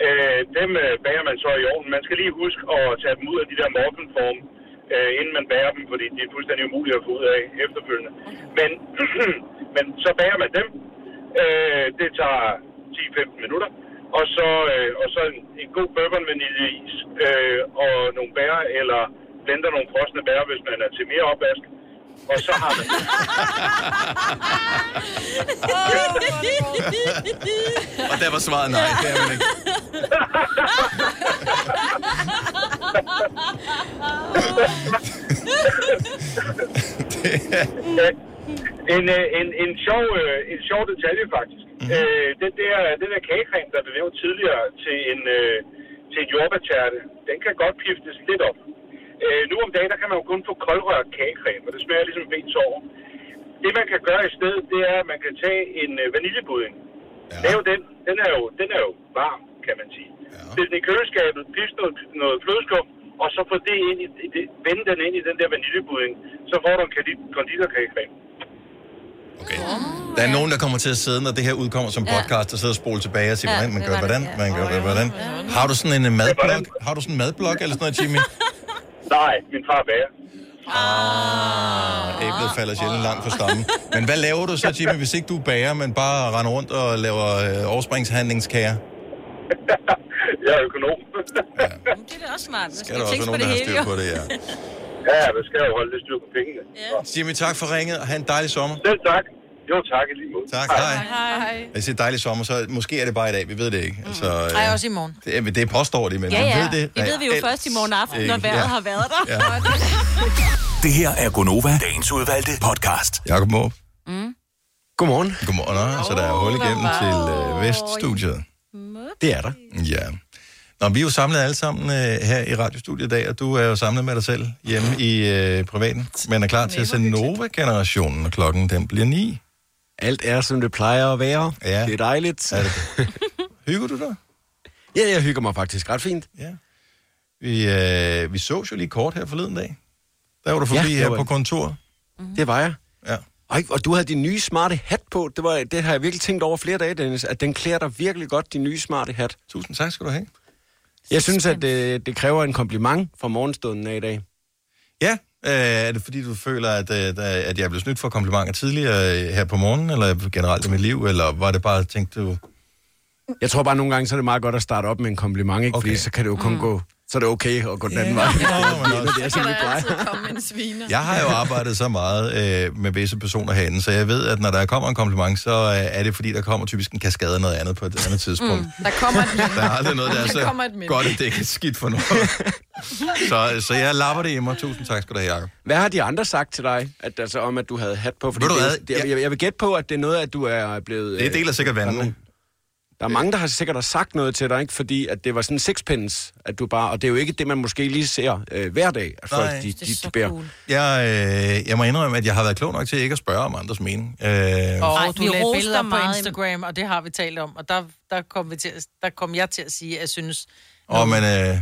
Øh, dem øh, bager man så i ovnen. Man skal lige huske at tage dem ud af de der morgenform, øh, inden man bager dem, fordi det er fuldstændig umuligt at få ud af efterfølgende. Men, men så bager man dem. Øh, det tager 10-15 minutter. Og så, øh, og så en, en god bourbon vaniljeis øh, og nogle bær, eller blender nogle frosne bær, hvis man er til mere opvask. Og så har man
Og der var svaret nej, det er man ikke.
Ja. en, øh, en, en, sjov, øh, en sjov detalje, faktisk. Mm-hmm. Øh, den, der, den der kagecreme, der blev nævnt tidligere til en, øh, til en jordbærtærte, den kan godt piftes lidt op. Øh, nu om dagen, der kan man jo kun få koldrørt kagecreme, og det smager ligesom ben sår. Det, man kan gøre i stedet, det er, at man kan tage en øh, vaniljepudding. Ja. Lave den. Den er, jo, den er jo varm, kan man sige. Ja. Stil den i køleskabet, pifte noget, noget flødeskum, og så få det ind i, i det, vende den ind i den der vaniljepudding. Så får du en kondi- konditorkagecreme.
Der er nogen, der kommer til at sidde, når det her udkommer som podcast, og sidder og spole tilbage og siger, hvordan man gør, hvordan man gør, det, hvordan. Har du sådan en øh, madblok? Har du sådan en madblok eller sådan noget, Jimmy?
Nej, min far bager.
Ah, æblet falder sjældent langt fra stammen. Men hvad laver du så, Jimmy, hvis ikke du bager, men bare render rundt og laver øh, overspringshandlingskager?
Jeg er økonom.
Det er da også smart. Man
Skal der også være nogen, der har styr på det, ja.
Ja, man skal jo holde lidt styr på pengene.
Jimmy, tak for ringet, og have en dejlig sommer.
Selv tak. Jo, tak i lige måde.
Tak, hej.
Hej.
Jeg siger dejlig sommer, så måske er det bare i dag, vi ved det ikke. Altså, øh,
Ej, også i morgen.
det, det påstår de, men
Ja, ja.
vi ved det.
det ved vi jo
reelt
først i morgen aften, når
ikke.
vejret
Ja.
har været der.
Ja.
Det her er Gonova, dagens udvalgte podcast.
Jakob Måb.
Mm.
Godmorgen. Godmorgen, og så der er hul igennem til øh, Veststudiet.
Det er der.
Ja. Nå, vi er jo samlet alle sammen øh, her i radiostudiet i dag, og du er jo samlet med dig selv hjemme i øh, privaten. Men er klar til at sende Nova-generationen, og klokken den bliver ni.
Alt er, som det plejer at være.
Ja.
Det er dejligt. Er
det? Hygger du dig?
Ja, jeg hygger mig faktisk ret fint.
Ja. Vi, øh, vi så jo lige kort her forleden dag. Der var du forbi her på kontoret.
Mm-hmm. Det var jeg.
Ja.
Og, og du havde din nye smarte hat på. Det, var, det har jeg virkelig tænkt over flere dage, Dennis, at den klæder dig virkelig godt, din nye smarte hat.
Tusind tak skal du have.
Jeg synes, at øh, det, det kræver en kompliment fra morgenstunden af i dag.
Ja, øh, er det fordi, du føler, at, øh, der- at jeg blev snydt for komplimenter tidligere øh, her på morgenen, eller generelt i mit liv, eller var det bare, tænkte du...
Jeg tror bare, nogle gange så er det meget godt at starte op med en kompliment, ikke? Okay. fordi så kan det jo kun mm. gå... Så er det okay at gå den anden
Ja.
vej.
Nå, men
det er, som vi plejer.
komme en sviner.
Jeg har jo arbejdet så meget øh, med visse personer herinde, så jeg ved, at når der kommer en kompliment, så øh, er det fordi, der kommer typisk en kaskade af noget andet på et andet tidspunkt. Mm.
Der kommer et
Der er aldrig noget, der er
Der kommer et
så
men.
godt, at det ikke er skidt for noget. så, så jeg lapper det i mig. Tusind tak skal du have, Jacob.
Hvad har de andre sagt til dig, at, altså, om at du havde hat på? Fordi
Ved du
det,
hvad?
det, jeg, jeg, jeg vil gætte på, at det er noget, at du er blevet...
Det deler sikkert vandene.
Der er, nogen- der er mange, der har sikkert har sagt noget til dig, ikke? fordi at det var sådan sixpence, at du bare... Og det er jo ikke det, man måske lige ser øh, hver dag, at folk
Nej.
de,
Det er
de,
så
de bærer.
cool. Jeg, øh, jeg må indrømme, at jeg har været klog nok til ikke at spørge om andres mening. Øh,
Og
Ej,
du
vi
lagde
roser
billeder på
meget.
Instagram, og det har vi talt om. Og der, der, kom, vi til, at- der kom jeg til at sige, at jeg synes...
og men, øh,
Ja.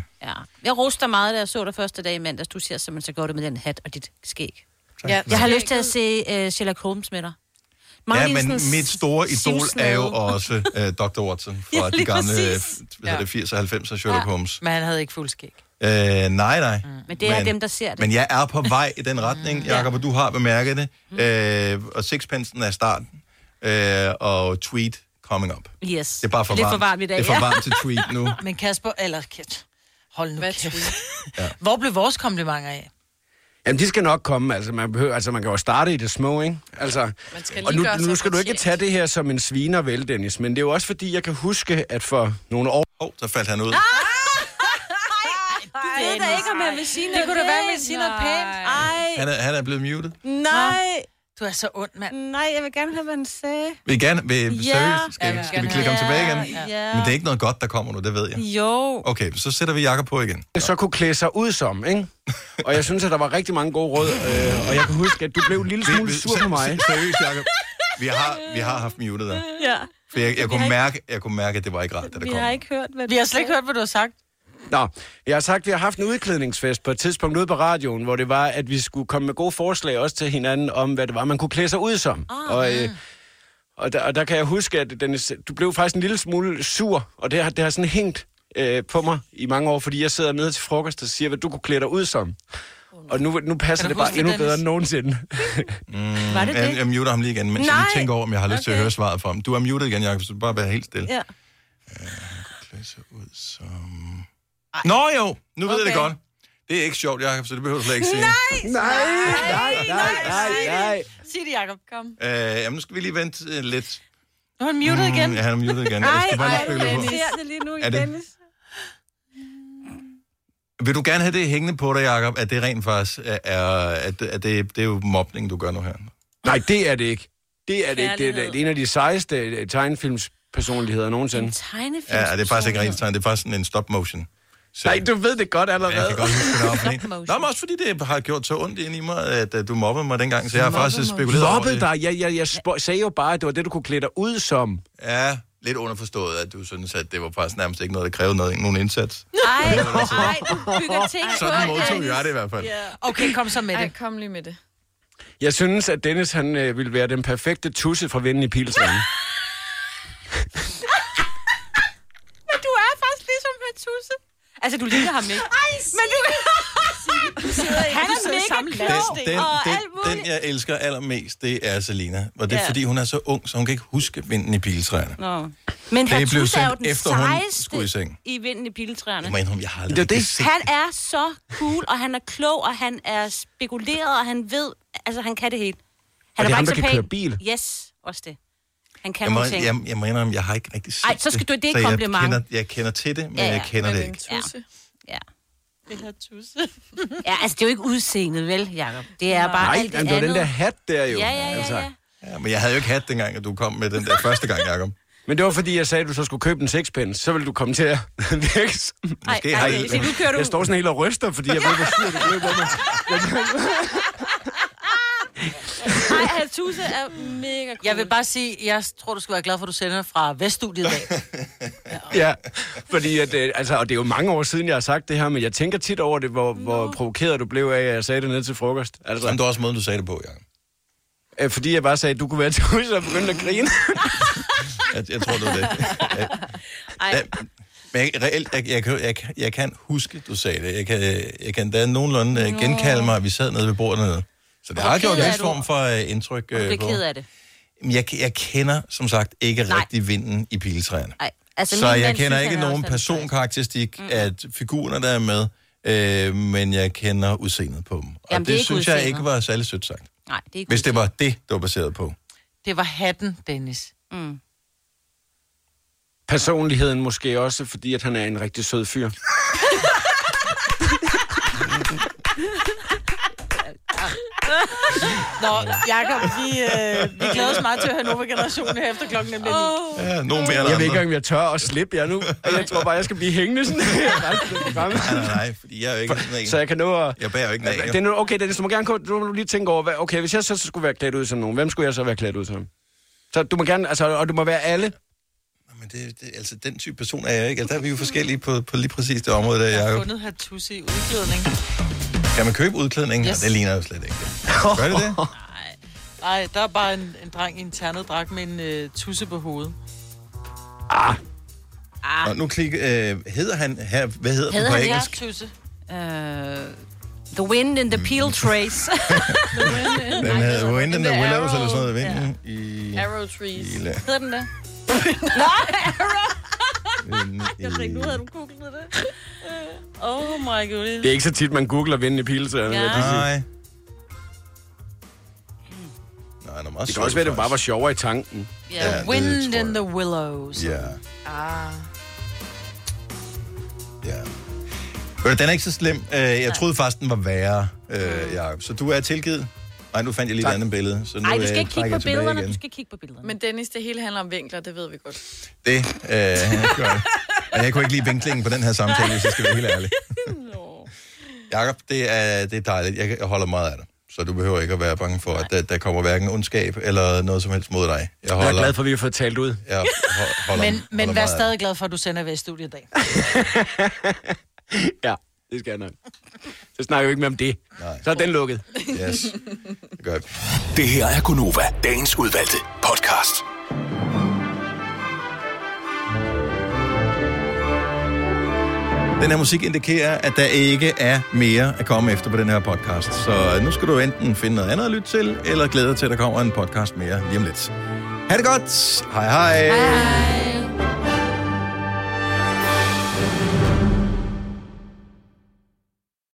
Jeg roste dig meget, da jeg så dig første dag i mandags. Du ser simpelthen så godt ud med den hat og dit skæg.
Tak.
Ja, jeg har lyst til at se uh, Sherlock Holmes med dig.
ja,
Meget
men
sådan
mit store idol
Simpson-
er jo også øh, Dr. Watson
Ja,
fra de
lige
gamle øh,
præcis.
hvad hedder det, 80'er og 90'er Sherlock Holmes.
Men han havde ikke fuld skæg.
Øh, nej, nej.
Men det er dem, der ser det.
Men jeg er på vej i den retning, Jacob, og du har bemærket det. Øh, og sixpensen er starten. Øh, og tweet coming up.
Yes.
Det er bare for
Lidt
varmt.
for varmt i dag,
Det er for
ja.
varmt til tweet nu.
Men Kasper, eller kæft, hold nu Hvad kæft. ja. Hvor blev vores komplimenter af?
Jamen, de skal nok komme. Altså, man, behøver, altså, man kan jo starte i det små, ikke? Altså,
Man skal lige
og nu,
gøre sig
nu skal du ikke tage det her som en sviner, vel, Dennis? Men det er jo også fordi, jeg kan huske, at for nogle år...
Åh, oh, så faldt han ud.
Ah! Du ved da ikke, om jeg vil sige
Det
noget
kunne da være,
pænt.
man vil sige noget pænt.
Ej,
Han er, han er blevet muted.
nej.
Du er så ond, mand.
Nej, jeg vil gerne høre, hvad han sagde.
Vil I gerne? Vil,
Ja.
yeah. seriøst, skal,
Ja,
skal vi
ja.
klikke ham tilbage igen?
Ja, ja.
Men det er ikke noget godt, der kommer nu, det ved jeg.
Jo.
Okay, så sætter vi jakker på igen.
så kunne klæde sig ud som, ikke? Og jeg synes, at der var rigtig mange gode råd, øh, og jeg kan huske, at du blev en lille smule sur på mig.
Seriøst, Jacob. Vi har, vi har haft muted der.
Ja.
For jeg, jeg,
Vi har
kunne
ikke-
mærke, jeg kunne mærke, at det var ikke rart, da det kom.
ikke hørt, hvad
Vi har slet ikke hørt, hvad du har sagt.
Nå, jeg har sagt, at vi har haft en udklædningsfest på et tidspunkt ude på radioen, hvor det var, at vi skulle komme med gode forslag også til hinanden om, hvad det var, man kunne klæde sig ud som. Ah, og, øh, og, der, og der kan jeg huske, at Dennis, du blev faktisk en lille smule sur, og det har, det har sådan hængt øh, på mig i mange år, fordi jeg sidder nede til frokost og siger, hvad du kunne klæde dig ud som. Og nu, nu passer
Oh, Kan du
det bare
huske det,
endnu
Dennis?
bedre end nogensinde.
Mm,
Var det
jeg,
det?
jeg muter ham lige igen, mens jeg
Nej.
lige tænker over, om jeg har lyst til at
Okay.
høre svaret fra ham. Du er muted igen, Jacob, så du bare være helt stille.
Ja.
klæde sig ud som... Nå jo, nu ved jeg det godt. Det er ikke sjovt, Jacob, så det behøver du slet ikke sige.
Nej, nej, nej, nej, nej.
Sig det, Jacob. Kom.
Øh, jamen, nu skal vi lige vente øh, lidt.
Nu er han muted igen.
Mm, ja, han er muted igen. Jeg skal bare lige spille på.
det lige nu
i Er det- Vil du gerne have det hængende på dig, Jacob, at det rent faktisk er... At, at det, det er jo mobning, du gør nu her.
Nej, det er det ikke. Det er det ikke. Det er, det er en af de sejeste øh, tegnefilmspersonligheder nogensinde.
Tegnefilm.
Ja, det er faktisk ikke rent tegn. Det er faktisk sådan en stop-motion. Så,
Nej, du ved det godt allerede.
Jeg kan godt huske, hvad der var for en. Nå, men også fordi det har gjort så ondt ind i mig, at øh, du mobbede mig dengang, så jeg har faktisk spekuleret over
Mobbede
det.
dig? Jeg, jeg, jeg spo- sagde jo bare, at det var det, du kunne klæde dig ud som.
Ja, lidt underforstået, at du synes, at det var faktisk nærmest ikke noget, der krævede noget, nogen indsats.
Nej, nej, du bygger ting på.
Sådan modtog jeg det i hvert fald.
Okay, kom så med
det. Ej, kom lige med det.
Jeg synes, at Dennis han, øh, ville være den perfekte tusse fra Vinden i Pilsvangen.
Men du er faktisk ligesom en tusse. Altså, du ligner ham ikke. Ej, men du... han er mega klog
Den, den,
og alt
den,
muligt.
den, jeg elsker allermest, det er Selina. Og det er,
Ja.
fordi hun er så ung, så hun kan ikke huske vinden i piletræerne.
Nå. Men
Det
han
blev
Tusse er jo
sendt,
den
efter hun
sejeste
skulle i seng.
i vinden i piletræerne.
Jeg må indrømme, jeg har aldrig det, det. set
Han er så cool, og han er klog, og han er spekuleret, og han ved... Altså, han kan det hele.
Og
Han
det er
bare
ham,
ikke
der
så
kan
pæn.
køre bil.
Yes, også det. Han kan
jeg, må,
nogle ting.
jeg, jeg må indrømme, jeg har ikke rigtig set
Ej, så skal du- det er
så
et kompliment.
Jeg kender, jeg kender til det, men ja, ja. jeg kender det ikke.
Ja. ja.
Det her tusse.
Ja, altså, det er jo ikke udseendet, vel, Jacob? Det er bare
Nej,
alt det
jamen, det var
andet.
den der øh, hat
der jo.
Ja, ja, ja. Altså. ja.
Ja, men jeg havde jo ikke hat dengang, at du kom med den der første gang, Jacob.
Men det var fordi, jeg sagde, at du så skulle købe en sexpens. Så ville du komme til at virke som-
Måske nej, har I- se, nu kører du-
Jeg står sådan helt og ryster, fordi jeg ved, hvor sur du blev på mig.
Nej, Haltuse er mega cool.
Jeg vil bare sige, jeg tror, du skal være glad for, at du sender fra Veststudiet i dag.
Ja, fordi at, øh, altså, og det er jo mange år siden, jeg har sagt det her, men jeg tænker tit over det, hvor, hvor provokeret du blev af, at jeg sagde det ned til frokost. Altså, Jamen,
det var også måden, du sagde det på,
Jacob. Fordi jeg bare sagde, at du kunne være til hus og begyndte at grine.
Jeg, jeg tror, det var det. Ja, men jeg, reelt, jeg, jeg, kan- jeg, kan- jeg kan huske, du sagde det. Jeg kan, jeg kan da nogenlunde øh, genkalde mig, at vi sad nede ved bordet nede. Så det
Og hvor
har gjort
ked
en
er
vis
du?
form for øh, indtryk.
Du
øh,
bliver
på-
ked af det.
Jamen, Jeg, jeg kender, som sagt, ikke
Nej.
rigtig vinden i piletræerne.
Nej,
Altså, så jeg kender ikke
han er
nogen
også-
personkarakteristik mm. af figurerne, der er med, øh, men jeg kender udseendet på dem. Og
Jamen,
Jamen,
det er
det, det
ikke
synes jeg
udseendet.
ikke var særlig sødt sagt.
Nej, det er ikke
Hvis det var det, det var baseret på.
Det var hatten, Dennis.
Mm.
Personligheden måske også, fordi at han er en rigtig sød fyr.
Nå, Jacob, vi, øh, vi glæder os meget til at høre Nova Generation her efter klokken nemlig oh.
Ja, nogen mere
jeg
eller
ved ikke
andre.
engang, om jeg tør at slippe jer nu. Og Jeg tror bare, jeg skal blive hængende sådan resten af programmet.
Nej, nej, nej, fordi jeg er jo ikke sådan en.
Så jeg kan nå at...
Jeg bærer jo ikke nager.
Det er nu, okay, Dennis, du må gerne komme- du må lige tænke over, hvad, okay, hvis jeg så skulle være klædt ud som nogen, hvem skulle jeg så være klædt ud som? Så du må gerne, altså, og du må være alle.
Men det, det, altså, den type person er jeg ikke. Altså, der er vi jo forskellige på, på lige præcis det område, der jeg
Jeg har
jo...
fundet her tusse i udklædning.
Kan man købe udklædning? Yes.
Yes.
Det ligner jo slet ikke. det. Gør det det?
Nej, der er bare en, en dreng i en ternet dragt med en øh, tusse på hovedet.
Ah. Og nu klik, øh, hedder han her, hvad hedder, hedder
Hedder
den på
han det?
engelsk?
Tusse.
Uh, the wind in the peel trace.
Mm. Den hedder Wind in the
The
Willows,
Arrow.
eller sådan noget. Vinden i...
Arrow trees.
i la-
Hedder den det? Nej, Arrow.
Vinden
Jeg
i-
tænkte, nu havde du googlet det. Oh my god.
Det er ikke så tit, man googler vinde i piletræerne.
Ja.
vil jeg lige sige.
Nej. Nej, det er meget
Det kan
sød,
også være, det bare
faktisk.
var sjovere i tanken.
Yeah,
det
Wind
tror
in the Willows.
Ja.
Ah.
Ved du, Den er ikke så slem. Øh, Jeg troede faktisk, den var værre, øh, Jacob. Så du er tilgivet. Nej, nu fandt jeg lige et andet billede. Så nu,
Ej, du
øh,
skal ikke
trækker
kigge
jeg
på
tilbage
billederne,
igen.
du
skal kigge på billederne.
Men Dennis, det hele handler om vinkler, det ved vi godt.
Det øh, gør jeg. Og jeg kunne ikke lide vinklingen på den her samtale, hvis jeg skal være helt ærlig. Jakob, det er, det er dejligt. Jeg jeg holder meget af dig. Så du behøver ikke at være bange for, at der, der kommer hverken ondskab eller noget som helst mod dig. Jeg, holder,
Jeg er glad for, at vi har fået talt ud.
Jeg ho- holder,
Men,
holder
men vær
meget af dig.
stadig glad for, at du sender ved studiet i dag.
Ja, det skal jeg nok. Så snakker vi ikke mere om det. Så er den lukket.
Yes. Gør
Det her er Gunova, dagens udvalgte podcast.
Den her musik indikerer, at der ikke er mere at komme efter på den her podcast. Så nu skal du enten finde noget andet at lytte til, eller glæde dig til, at der kommer en podcast mere lige om lidt. Ha' det godt. Hej hej. hej.